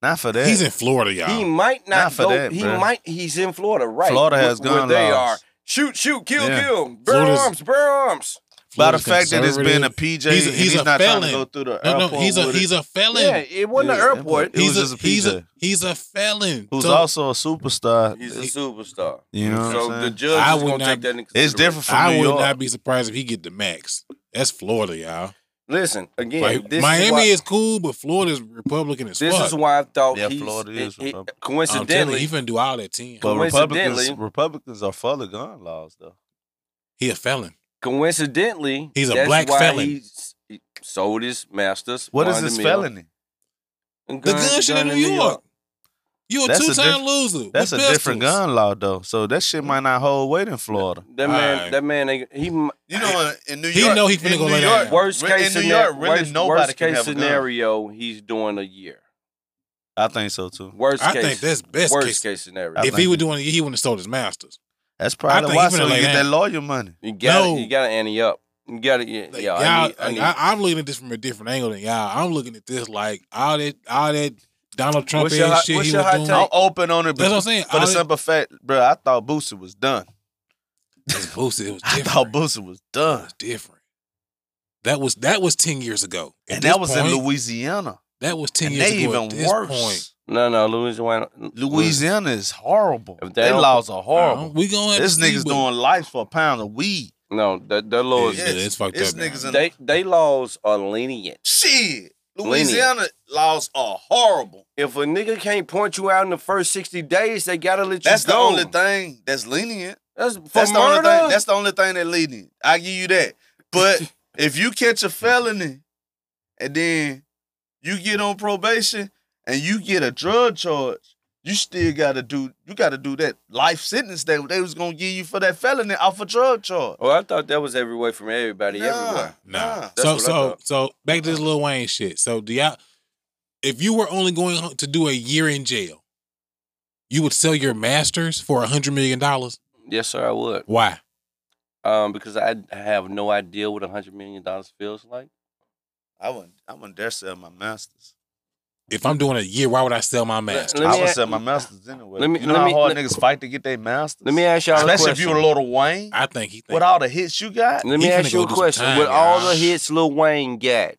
D: Not for that.
C: He's in Florida,
B: He
C: y'all.
B: might not,
D: Not for
B: go.
D: that,
B: he
D: bruh.
B: might. He's in Florida, right?
D: Florida has
B: where, where
D: gun
B: they are.
D: laws.
B: Shoot, shoot, kill,
D: Yeah.
B: kill. Burn
C: Florida's-
B: arms, burn arms.
D: By the
C: Florida's
D: fact that it's been a
C: conservative.
D: PJ,
C: He's a-
D: and
C: he's a
D: not trying
C: felon.
D: to go through the
C: No, no,
D: airport
C: he's a
D: with it.
C: he's a felon.
B: Yeah, it wasn't
D: Yeah,
B: an airport.
D: it was
C: he's
D: just a
C: he's
D: PJ.
C: a he's a felon.
D: who's
C: So-
D: also a superstar.
B: He's a superstar.
D: You know what
B: so
D: I'm
B: the
D: saying?
B: judge
C: I
B: is
C: would
B: gonna
C: not-
B: take that. Into
D: It's
B: consideration.
D: different from
C: I
D: New
C: would
D: York.
C: not be surprised if he get the max. That's Florida, y'all.
B: Listen again.
C: Like,
B: this
C: Miami is,
B: is, why,
C: cool, but Florida's Republican as
B: This
C: fuck.
B: is why I thought
D: Yeah,
B: he's,
D: Florida is
B: it- it-
D: Republican.
C: I'm telling you, he
B: coincidentally.
C: finna do all that ten.
D: but Republicans,
B: coincidentally-
D: Republicans are for the gun laws, though.
C: He a felon.
B: Coincidentally,
C: He's a
B: that's
C: black
B: why
C: felon.
B: He's, he sold his masters.
D: What is
B: won the
D: this
B: mill,
D: felony?
B: and
C: The
B: gun-
C: gun, shit in
B: gun
C: New York. You a
D: That's a
C: two time
D: diff-
C: loser.
D: That's a
C: with
D: different
C: pistols.
D: gun law, though. So that shit might not hold weight in Florida.
B: That man,
C: Alright.
B: that man, ain't- he m-
D: You know, in New
C: He know he finna
D: in
C: go
D: New
C: lay
D: York,
C: down.
B: worst
D: re-
B: case
D: in New
B: scena-
D: York, really
B: worst,
D: nobody
B: worst
D: can
B: case
D: have a gun.
B: scenario, he's doing a year.
D: I think so too.
B: Worst
C: I
B: case,
C: think that's best
B: worst
C: case.
B: case, scenario.
D: I
C: if he
D: think-
C: were doing it, he wouldn't have stole his masters.
D: That's probably
C: think
D: why
C: he finna
D: so
C: lay
D: you get that
C: down.
D: lawyer money.
B: you got
C: No.
B: to you got to ante up. You got to yeah.
C: Like,
B: yeah, I
C: y'all,
B: need, I
C: like,
B: need-
C: I, am looking at this from a different angle than y'all. I'm looking at this like all that, all that Donald Trump
B: What's your
C: ass
B: hot-
C: shit
B: what's
C: he
B: your
C: was
B: hot
C: doing.
B: take?
D: I'm open on it,
C: That's what I'm
D: but
C: saying.
D: for the
C: All that-
D: simple fact, bro, I thought Boosie was done.
C: It's Boosie. It was
D: I
C: different.
D: thought Boosie was
C: It
D: done,
C: was different. That was that was ten years ago. At
D: and
C: this
D: that was in
C: point,
D: Louisiana,
C: That was ten
D: and
C: years
D: they
C: ago.
D: even
C: at this
D: worse.
C: point,
B: no, no, Louisiana,
D: Louisiana is horrible.
B: If they
D: Their
B: don't-
D: laws are
C: Uh,
D: horrible.
C: we going have
D: This
C: to see
D: nigga's
C: what-
D: doing life for a pound of weed.
B: No, that that laws,
C: Yeah, it's fucked
D: this
C: up, man.
D: Niggas in
B: they they laws are lenient.
D: Shit.
B: Lenient.
D: Louisiana laws are horrible.
B: If a nigga can't point you out in the first sixty days, they gotta let
D: That's
B: you
D: the
B: go.
D: only thing that's lenient.
B: That's for
D: That's the only
B: murder.
D: thing. That's the only thing that lenient. I give you that. But if you catch a felony and then you get on probation and you get a drug charge, you still gotta do you gotta do that life sentence that they was gonna give you for that felony off a drug charge.
B: well, Oh, I thought that was everywhere from everybody
D: Nah,
B: everywhere.
D: nah.
C: Nah.
B: That's
C: so
B: what I
C: so
B: thought.
C: so back to this Lil Wayne shit. So do y'all if you were only going ho- to do a year in jail, you would sell your masters for a hundred million dollars?
B: Yes, sir, I would.
C: Why?
B: Um, because I have no idea what a hundred million dollars feels like.
D: I wouldn't I wouldn't dare sell my masters.
C: If I'm doing a year, why would I sell my masters?
B: Let
D: I
B: me
D: would
B: a-
D: sell my masters anyway.
B: let me-
D: you know
B: let
D: how
B: me-
D: hard
B: let-
D: niggas fight to get their masters?
B: Let me ask y'all a
D: Especially if
B: question.
D: you a Lord Wayne.
C: I think he
D: With
C: thinks
D: all the hits you got,
B: Let me
C: He
B: ask
C: finna
B: you
C: go
B: a
C: do some
B: question.
C: time,
B: With all the
C: y'all.
B: hits Lil Wayne got,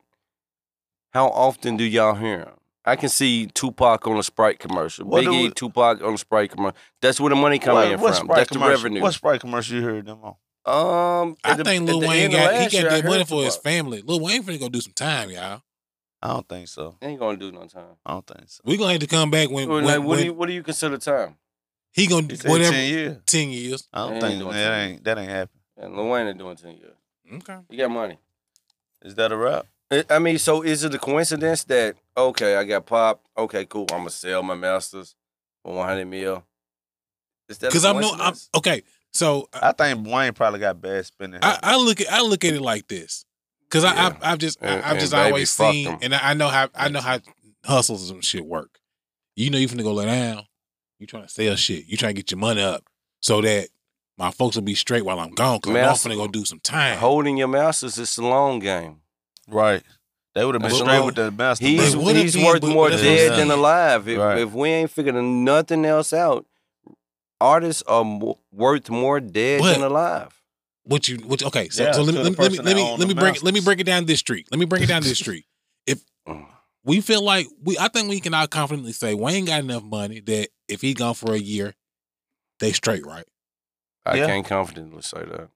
B: how often do y'all hear him? I can see Tupac on a Sprite commercial.
D: What do
B: Biggie,
D: we-
B: Tupac on a Sprite commercial. That's where the money coming in
D: what
B: from.
D: Sprite
B: That's the
D: commercial,
B: revenue.
D: What Sprite commercial you heard them on?
B: um,
C: I
B: at the-
C: think
B: at
C: Lil
B: the
C: Wayne
B: end of
C: got he
B: last
C: got
B: year, I
C: that
B: heard
C: money for his
B: Tupac.
C: family. Lil Wayne finna go do some time, y'all.
D: I don't think so.
B: Ain't gonna do no time.
D: I don't think so.
C: We're gonna have to come back when,
B: Well,
C: when,
B: like, what,
C: when-
B: do you, what do you consider time?
C: he gonna
D: He
C: do
D: said
C: whatever ten,
D: ten years.
C: years.
D: I don't
B: Ain't
D: think
B: doing
D: that
B: 10.
D: ain't that ain't happening.
B: And Lil Wayne ain't doing ten years.
C: Okay.
B: You got money.
D: Is that a wrap?
B: I- I mean, so is it a coincidence that okay, I got pop. Okay, cool. I'm gonna sell my masters for 100 mil. Is that a
C: Because I'm no I'm
B: coincidence?
C: okay. So
D: I think Wayne probably got bad spending.
C: I,
D: habits.
C: I look at I look at it like this because
B: Yeah.
C: I, I I've just
B: And-
C: I, I've
B: and
C: just
B: baby,
C: always
B: fuck
C: seen
B: 'em.
C: and I I know how I know how hustles and shit work. You know you finna go lay down. You trying to sell shit. You trying to get your money up so that my folks will be straight while I'm gone. Cause
B: Man,
C: I'm
B: I
C: off finna go do some time.
B: Holding your masters is the long game.
D: right. They would have been
B: But-
D: straight with the master.
B: He's
C: But what if
B: he's
C: he-
B: worth
C: but
B: more
C: that's
D: what I'm
B: dead than
D: saying.
B: alive. If,
D: Right.
B: if we ain't figuring nothing else out, artists are mo- worth more dead
C: But-
B: than alive.
C: What you what? you- Okay, so
D: Yeah,
C: so let, me-
D: to the
C: let, me- let me
D: person
C: let
D: that
C: me
D: own
C: let
D: the
C: me break it, let me
D: masters.
C: break it down this street. Let me break it down this street. If we feel like we, I think we can all confidently say Wayne got enough money that if he gone for a year, they straight right.
B: I
D: Yeah.
B: can't confidently say that.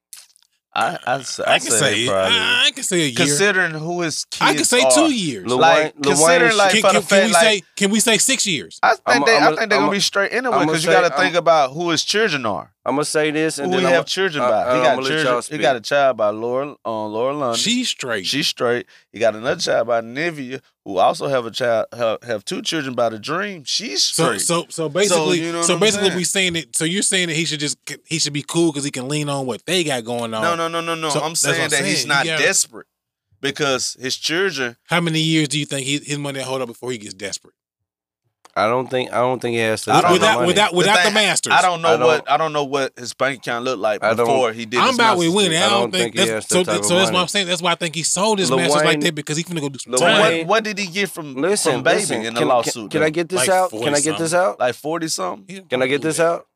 D: I I, s- I
C: I can say, it.
D: probably.
C: I, I can say a year.
D: considering who his kids
C: I can say
D: are,
C: two years.
B: Lil
D: Like
B: Wayne- Lil
D: considering
B: Wayne
D: like
C: Can,
D: for the
C: can- can
D: fact
C: we
D: like
C: say can we say six years?
D: I think
B: I'ma-
D: they i
B: I'ma-
D: think they're gonna
B: I'ma-
D: be straight anyway
B: I'ma
D: because you
B: say-
D: got to think
B: I'ma-
D: about who his children are,
B: I'm gonna say this, and
D: who
B: then
D: he
B: I'ma-
D: have children
B: I-
D: by.
B: I'ma
D: he got
B: let y'all
D: children. He
B: speak.
D: got a child by Laura uh, Laura London.
C: She's straight.
D: She's straight. He got another child by Nivea, who also have a child have, have two children by the Dream. She's
C: so
D: straight.
C: so so basically so,
D: you know what I'm
C: basically
D: saying?
C: we saying that so you're saying that he should just he should be cool because he can lean on what they got going on.
D: no, no, no, no, no.
C: So-
D: I'm
C: that's what
D: saying
C: I'm
D: that he's
C: saying.
D: not
C: You got-
D: desperate because his children.
C: How many years do you think he, his money hold up before he gets desperate?
B: I don't think I don't think he has to.
D: I don't
B: spend
D: know
C: without
B: money.
C: without
D: The
C: without the
D: thing-
C: masters.
D: I don't know
B: I don't-
D: what I don't know what his bank account looked like
B: I don't-
D: before he did.
C: I'm
D: his
C: about with
D: master's
C: winning.
D: degree.
C: I don't think,
B: he
C: that's,
B: has that
C: so.
B: type of
C: so that's what
B: money.
C: I'm saying. That's why I think he sold his
B: Lil
C: masters like
B: Wayne-
C: that because he's finna go do some
B: Lil
C: time.
B: Wayne-
D: What, what did he get from
B: Listen,
D: from baby
B: listen,
D: in
B: can-
D: the lawsuit?
B: Can, can I get this
C: Like
B: out?
C: 40
B: Can I get this out?
D: like forty something?
C: He-
B: Can I get this out?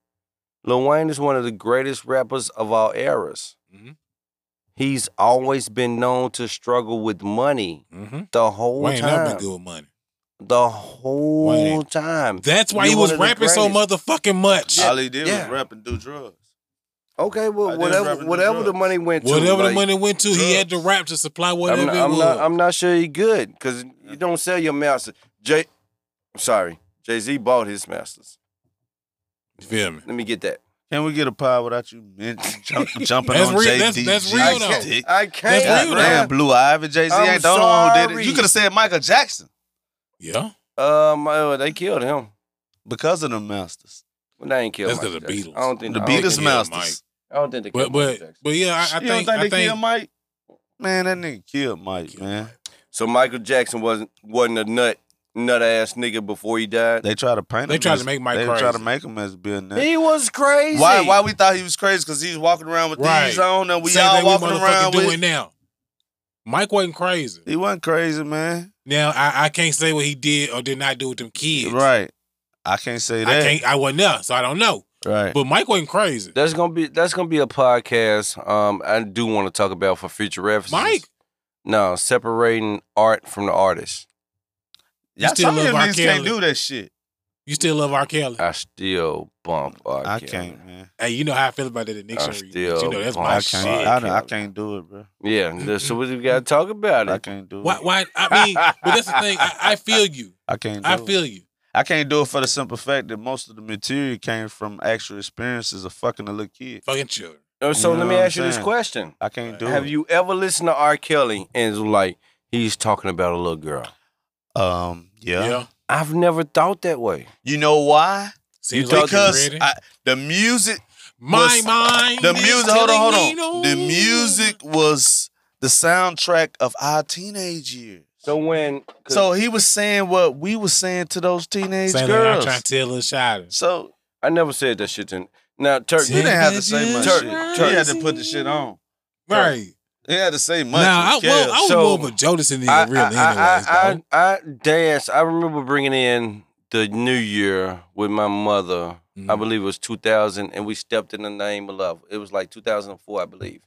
B: Lil Wayne is one of the greatest rappers of all eras.
C: Mhm.
D: Mm-hmm.
B: He's always been known to struggle with money
C: Mhm.
B: the whole
C: Wayne never been
B: time.
C: good with money.
B: The whole
C: Wayne.
B: time.
C: That's why
B: You
C: he was
B: one of the
C: rapping so motherfucking much.
D: All he did
B: Yeah.
D: was rap and do drugs.
B: Okay,
D: I
B: well,
D: did
B: whatever,
D: rap and do
B: whatever the
D: drugs.
B: money went to,
C: Whatever the
B: like,
C: money went to, he had to
D: drugs.
C: rap to supply whatever
B: I'm not,
C: it
B: I'm
C: was.
B: not, I'm not sure he good because you don't sell your masters. Jay, I'm sorry, Jay Z bought his masters.
C: You feel me?
B: Let me get that.
D: Can we get a pie without you men- jump, jumping
C: That's
D: on
C: real-
D: JD?
C: that's- that's real,
D: I
C: though.
D: can't- dick.
B: I can't.
C: That's real,
B: man.
D: Damn, Blue Ivy, Jay Z
B: I'm
D: ain't the only one who did
B: sorry.
D: it. You could have said Michael Jackson
C: Yeah,
B: Um, uh, they killed him.
D: because of the Masters,
B: Well, they ain't killed.
C: That's 'cause
B: Michael
C: the
B: Jackson.
C: Beatles.
B: I don't think
D: the
B: I don't
D: Beatles
B: think-
C: killed
D: Masters.
B: I don't think they
C: but
B: killed. Michael
C: but
B: Jackson.
C: but yeah, I, I
D: you don't
C: think
D: think
C: I
D: they
C: think
D: killed Mike? Man, that nigga killed Mike, man.
B: So Michael Jackson wasn't wasn't a nut nut ass nigga before he died.
D: They tried to paint.
C: They
D: him
C: tried
D: as-
C: to make Mike
D: They
C: crazy.
D: tried to make him as being that.
B: He was crazy.
D: Why? Why we thought he was crazy? Because he was walking around with
C: Right.
D: these on, and we
C: Same
D: all
C: thing we
D: walking around
C: motherfucking
D: with.
C: doing now. Mike wasn't crazy.
D: He wasn't crazy, man.
C: Now I, I can't say what he did or did not do with them kids.
D: Right. I can't say
C: I
D: that.
C: can't. I wasn't there, so I don't know.
D: Right.
C: But Mike wasn't crazy.
B: That's gonna be that's gonna be a podcast. Um, I do want to talk about for future references.
C: Mike?
B: no separating art from the artist.
D: Y'all
C: still
D: some of them
C: love R.
D: niggas
C: Kelly.
D: can't do that shit.
C: You still love R. Kelly.
B: I still bump art.
D: I
B: Kelly.
D: can't, man.
C: hey, you know how I feel about it in Nick
B: I
C: Show.
B: still
C: You know that's
B: want
C: my
D: I
B: R.
D: can't.
C: Oh, shit.
B: Kelly.
D: I, don't- I can't do it, bro.
B: Yeah, that's- so we gotta talk about
D: I
B: it.
D: can't do it.
C: Why? Why? I mean, but that's the thing. I, I feel you.
D: I can't. Do
C: I
D: it.
C: feel you.
D: I can't do it for the simple fact that most of the material came from actual experiences of fucking a little kid.
C: Fucking children.
B: Uh, So
D: You know
B: let me
D: what I'm
B: ask you this
D: saying?
B: question:
D: I can't do
B: Have
D: it.
B: you ever listened to R. Kelly and it's like he's talking about a little girl?
D: Um. Yeah.
C: Yeah.
B: I've never thought that way.
D: You know why?
C: Seems like you're
D: because
C: ready.
D: I, the music,
C: my
D: was-
C: mind.
D: the
C: is
D: music. Hold on, hold
C: telling me
D: on.
C: no.
D: The music was the soundtrack of our teenage years.
B: So when
D: So he was saying what we were saying to those teenage
C: Same thing I'm
D: girls.
C: trying to tell little Shada.
D: so
B: I never said that shit. To, now Turk,
D: he didn't have to say
C: Teenage
D: much.
B: Turk-
D: shit.
B: Turk-
D: He had to put the shit on.
C: Right.
D: He had to say much.
C: Now, I,
D: with
C: well,
D: Kev.
C: I was
B: So-
C: more of a Jodeci than
B: I,
C: a real
B: I, I,
C: anyways,
B: I, I, I danced. I remember bringing in the New Year with my mother. I
D: Mm-hmm.
C: Mhm.
B: believe it was 2000, and we stepped in the name of love. It was like 2004, I believe.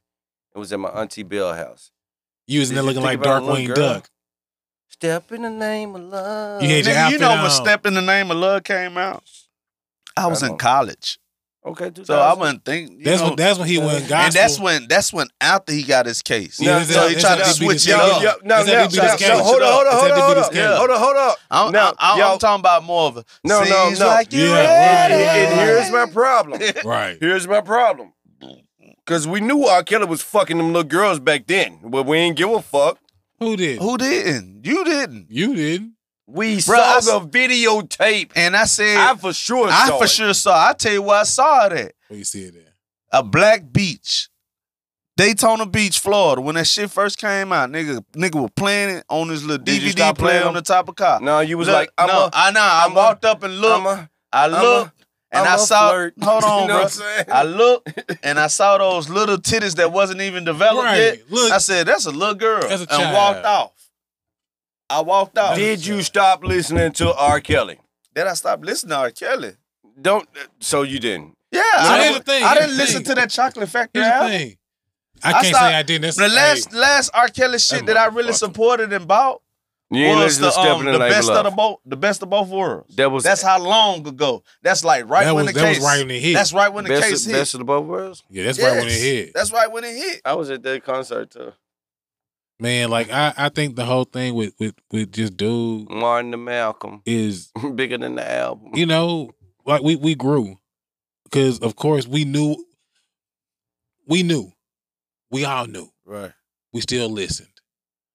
B: It was at my auntie Bell house.
C: You was in
B: Did
C: there
B: you
C: looking like
B: think about one
C: Darkwing
B: girl?
C: Duck.
B: Step in the name of love.
C: You had your
D: Nigga, you
C: outfit
D: know when
C: on.
D: "Step in the Name of Love" came out. I was
B: I
D: in
B: don't-
D: college,
B: okay, 2000.
D: so I wouldn't think. you
C: That's
D: know,
C: when that's when he went gospel.
D: and that's when that's when after he got his case.
C: Yeah, that's
D: so
C: how-
D: he
C: that's
D: tried to
C: how he beat
D: switch
C: his
D: it
C: game.
B: no,
C: Yeah,
D: up.
C: That's how
B: no,
C: they beat us
B: no,
C: games.
B: no, hold on, hold on,
C: That's how
B: hold
C: they
B: on,
C: beat
B: hold
C: us
B: on,
C: games.
B: hold on, hold on.
D: I'm,
B: No,
D: I'm,
B: yo.
D: I'm talking about more of a
B: No, no,
D: seems
B: no.
D: like you
C: Yeah,
D: ready.
C: right, right,
B: And
C: right.
B: here's my problem.
C: right.
B: Here's my problem. Cause we knew R. Kelly was fucking them little girls back then, but we ain't give a fuck.
C: Who did?
D: Who didn't? You didn't.
C: You didn't.
B: We
D: I
B: saw the videotape.
D: And I said,
B: I
D: i
B: for sure. saw
D: for
B: it.
D: sure saw. I tell you where I saw it at.
C: Where you see it at?
D: A black beach. Daytona Beach, Florida. When that shit first came out, nigga, nigga was playing it on his little
B: Did you
D: DVD player
B: stop playing
D: on the top of car.
B: No, you was
D: Look,
B: like, I'm
D: no,
B: a,
D: I know. I
B: I'm a-
D: walked up and
B: I'm
D: looked.
B: a,
D: I
B: a-
D: looked and
B: I'm
D: I
B: a
D: saw.
B: flirt.
D: Hold on,
B: you know What
D: bro.
B: I'm saying?
D: I looked and I saw those little titties that wasn't even developed
C: Right.
D: yet.
C: Look,
D: I said, "That's a little girl,"
C: That's a
D: and
C: child.
D: walked off. I walked off. Did,
B: Did you stop listening to R. Kelly?
D: I stop listening to R. Kelly?
B: Don't. So you didn't.
D: Yeah,
C: So
D: I,
C: here's
D: didn't,
C: the thing,
D: I
C: here's
D: didn't
C: the
D: listen
C: thing.
D: to that Chocolate Factory
C: here's the
D: album.
C: thing. I
D: I
C: can't
D: stopped-
C: say I didn't. That's,
D: The last last R. Kelly shit
C: That
D: that I really
C: motherfucker.
D: supported and bought
B: You ain't
D: was
B: listen to
D: the, um,
B: stepping in
D: the
B: like
D: best of the
B: love.
D: both the best of both worlds.
B: That was
D: That's how long ago. That's like right
C: that
D: when
C: was
D: the
C: that
D: case.
C: was right when it hit.
D: That's right when the
B: best,
D: case
B: of,
D: hit.
B: best of the both worlds.
C: yeah, that's right when it
D: Yes.
C: hit.
D: That's right when it hit.
B: I was at that concert
D: uh,
B: too.
C: Man, like I, I think the whole thing with with with just dude
B: Martin the Malcolm,
C: is
B: bigger than the album.
C: you know like we we grew because of course we knew we knew we all knew
D: Right.
C: we still listened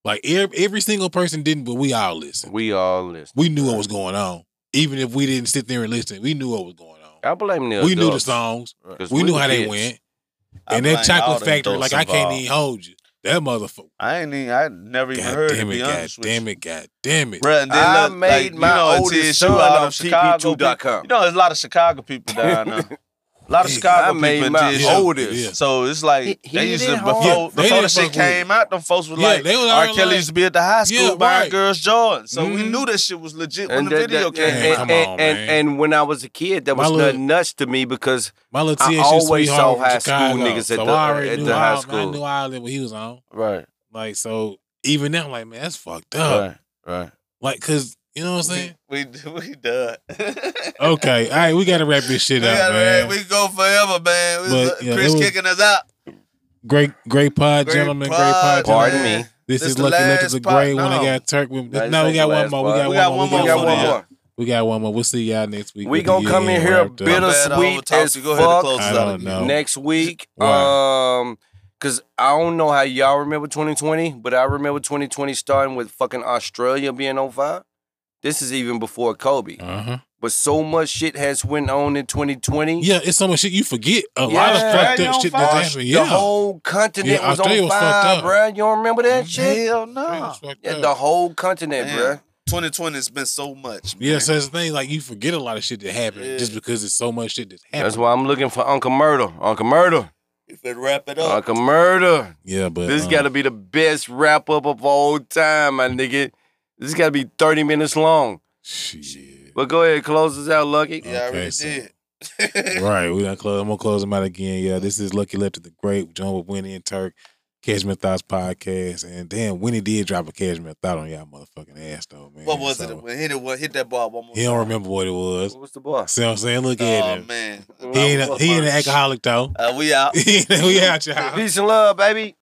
C: like every, every single person didn't but we all listened
B: We all listen.
C: we knew what was going on even if we didn't sit there and listen we knew what was going on
B: I blame the
C: we knew the
B: adults,
C: songs
B: 'cause
C: we
B: we
C: knew
B: the
C: how they
B: kids.
C: went
D: I
C: and that
D: blame all
C: chocolate
D: the
C: factory like
D: adults
C: i can't
D: involved.
C: even hold you that motherfucker
D: I ain't even. I never even
C: god
D: heard
C: damn it
D: it. Be
C: god
D: honest with you.
C: damn it god damn it
D: Bruh, and then
B: I
D: look,
B: made
D: like, you
B: my
D: know, until
B: oldest
D: she
B: son
D: out
B: on
D: of Chicago,
B: TP2.com.
D: You know, there's a lot of Chicago people down there. A lot of
C: Yeah,
D: Chicago
B: I made
D: people
B: my
D: did
C: Yeah,
B: oldest.
C: yeah.
D: So it's like
B: He- he
D: they used to
B: didn't
D: before,
C: Yeah, they
D: before the
C: didn't
D: shit
C: fuck with
D: came out, them folks were
C: Yeah,
D: like
C: they was
D: R.
C: already
D: Kelly
C: like-
D: used to be at the high school
C: Yeah,
D: buying
C: right.
D: girls' Jordans. So we
C: Mhm.
D: knew that shit was
B: And
D: legit when the
B: that-
D: video
B: that-
D: came
B: and,
D: out.
C: Come
B: and-
C: on,
B: and-
C: man.
B: and when I was a kid, that
C: My
B: was
C: little-
B: nothing nuts to me because
C: my little
B: I
C: TSU
B: always
C: sweetheart
B: saw
C: from
B: high school
C: Chicago,
B: niggas at
C: so
B: the-
C: I already
B: at
C: knew
B: the high
C: all- I
B: school.
C: knew Ireland when he was on.
D: Right,
C: Like so, even now, I'm like, man, that's fucked up.
D: right.
C: Like, cause you know what I'm saying?
D: We we done.
C: Okay, all right, we gotta wrap this shit
D: we,
C: up,
D: gotta-
C: man.
D: we go forever, man. We-
C: But, yeah, it
D: Chris
C: was-
D: kicking us out.
C: Great, great pod,
D: Great
C: gentlemen.
D: pod,
C: great pod, gentlemen.
B: pardon
D: man.
B: me.
C: This,
D: This
C: is
D: the
C: lucky.
D: last
C: Lucky is a
D: pod-
C: great one.
D: no.
C: I got Turk. We,
B: Nah,
C: no, we
B: this ain't
C: got
B: the
C: one
B: last
C: more. We
B: pod.
C: got, one,
D: We got
C: more.
D: one
C: we
B: We
D: more.
C: got
B: got one
D: Yeah.
B: more.
C: We got one more. We'll see y'all next week.
B: We
C: with
B: gonna
C: the
B: come in
C: end
B: here
C: wrapped up.
B: bitter-
D: Bad
B: Bittersweet
D: old talk.
B: as
D: You Go ahead
B: fuck.
D: and close
C: I
D: us out
C: don't
D: again.
C: know.
B: next week.
C: Why?
B: Um, cause I don't know how y'all remember 2020, but I remember 2020 starting with fucking Australia being on fire. This is even before Kobe.
C: Uh-huh.
B: But so much shit has went on in 2020.
C: Yeah, it's so much shit you forget. A lot of
B: Yeah.
C: fucked
D: Australia
C: up
D: on
C: shit
D: fire.
C: that happened. Yeah,
B: The whole continent
C: Yeah,
B: was
C: Australia
B: on
C: was
B: fire,
C: fucked up.
B: bruh. You don't remember that shit?
D: Hell
C: Australia
D: no.
C: was fucked
B: Yeah,
C: up.
B: the whole continent,
D: Man,
B: bruh.
D: 2020 has been so much. Man.
C: Yeah, so it's the thing like you forget a lot of shit that happened
D: Yeah.
C: just because it's so much shit that happened.
B: That's why I'm looking for Uncle Murder. Uncle Murder.
D: If it wrap it up.
B: Uncle Murder.
C: yeah, but
B: This
C: um,
B: gotta be the best wrap up of all time, my nigga. This gotta be 30 minutes long.
C: shit.
B: But go ahead, close us out, Lucky.
D: yeah, I
C: Oh, Okay,
D: already
C: so-
D: did.
C: right, we done close. I'm gonna close them out again. Yeah, this is Lucky Left to the Great, joined with Winnie and Turk, Cashmere Thoughts podcast, and damn, Winnie did drop a Cashmere Thought on y'all motherfucking ass though, man.
D: What was
C: So,
D: it? When hit it? What hit that ball one more
C: He
D: time?
C: don't remember what it was.
B: What's the boy?
C: See what I'm saying? Look
B: Um,
C: at
D: Oh
C: him.
D: man,
C: He ain't a, he ain't an alcoholic though.
D: uh, we out.
C: we out y'all.
B: Peace and love, baby.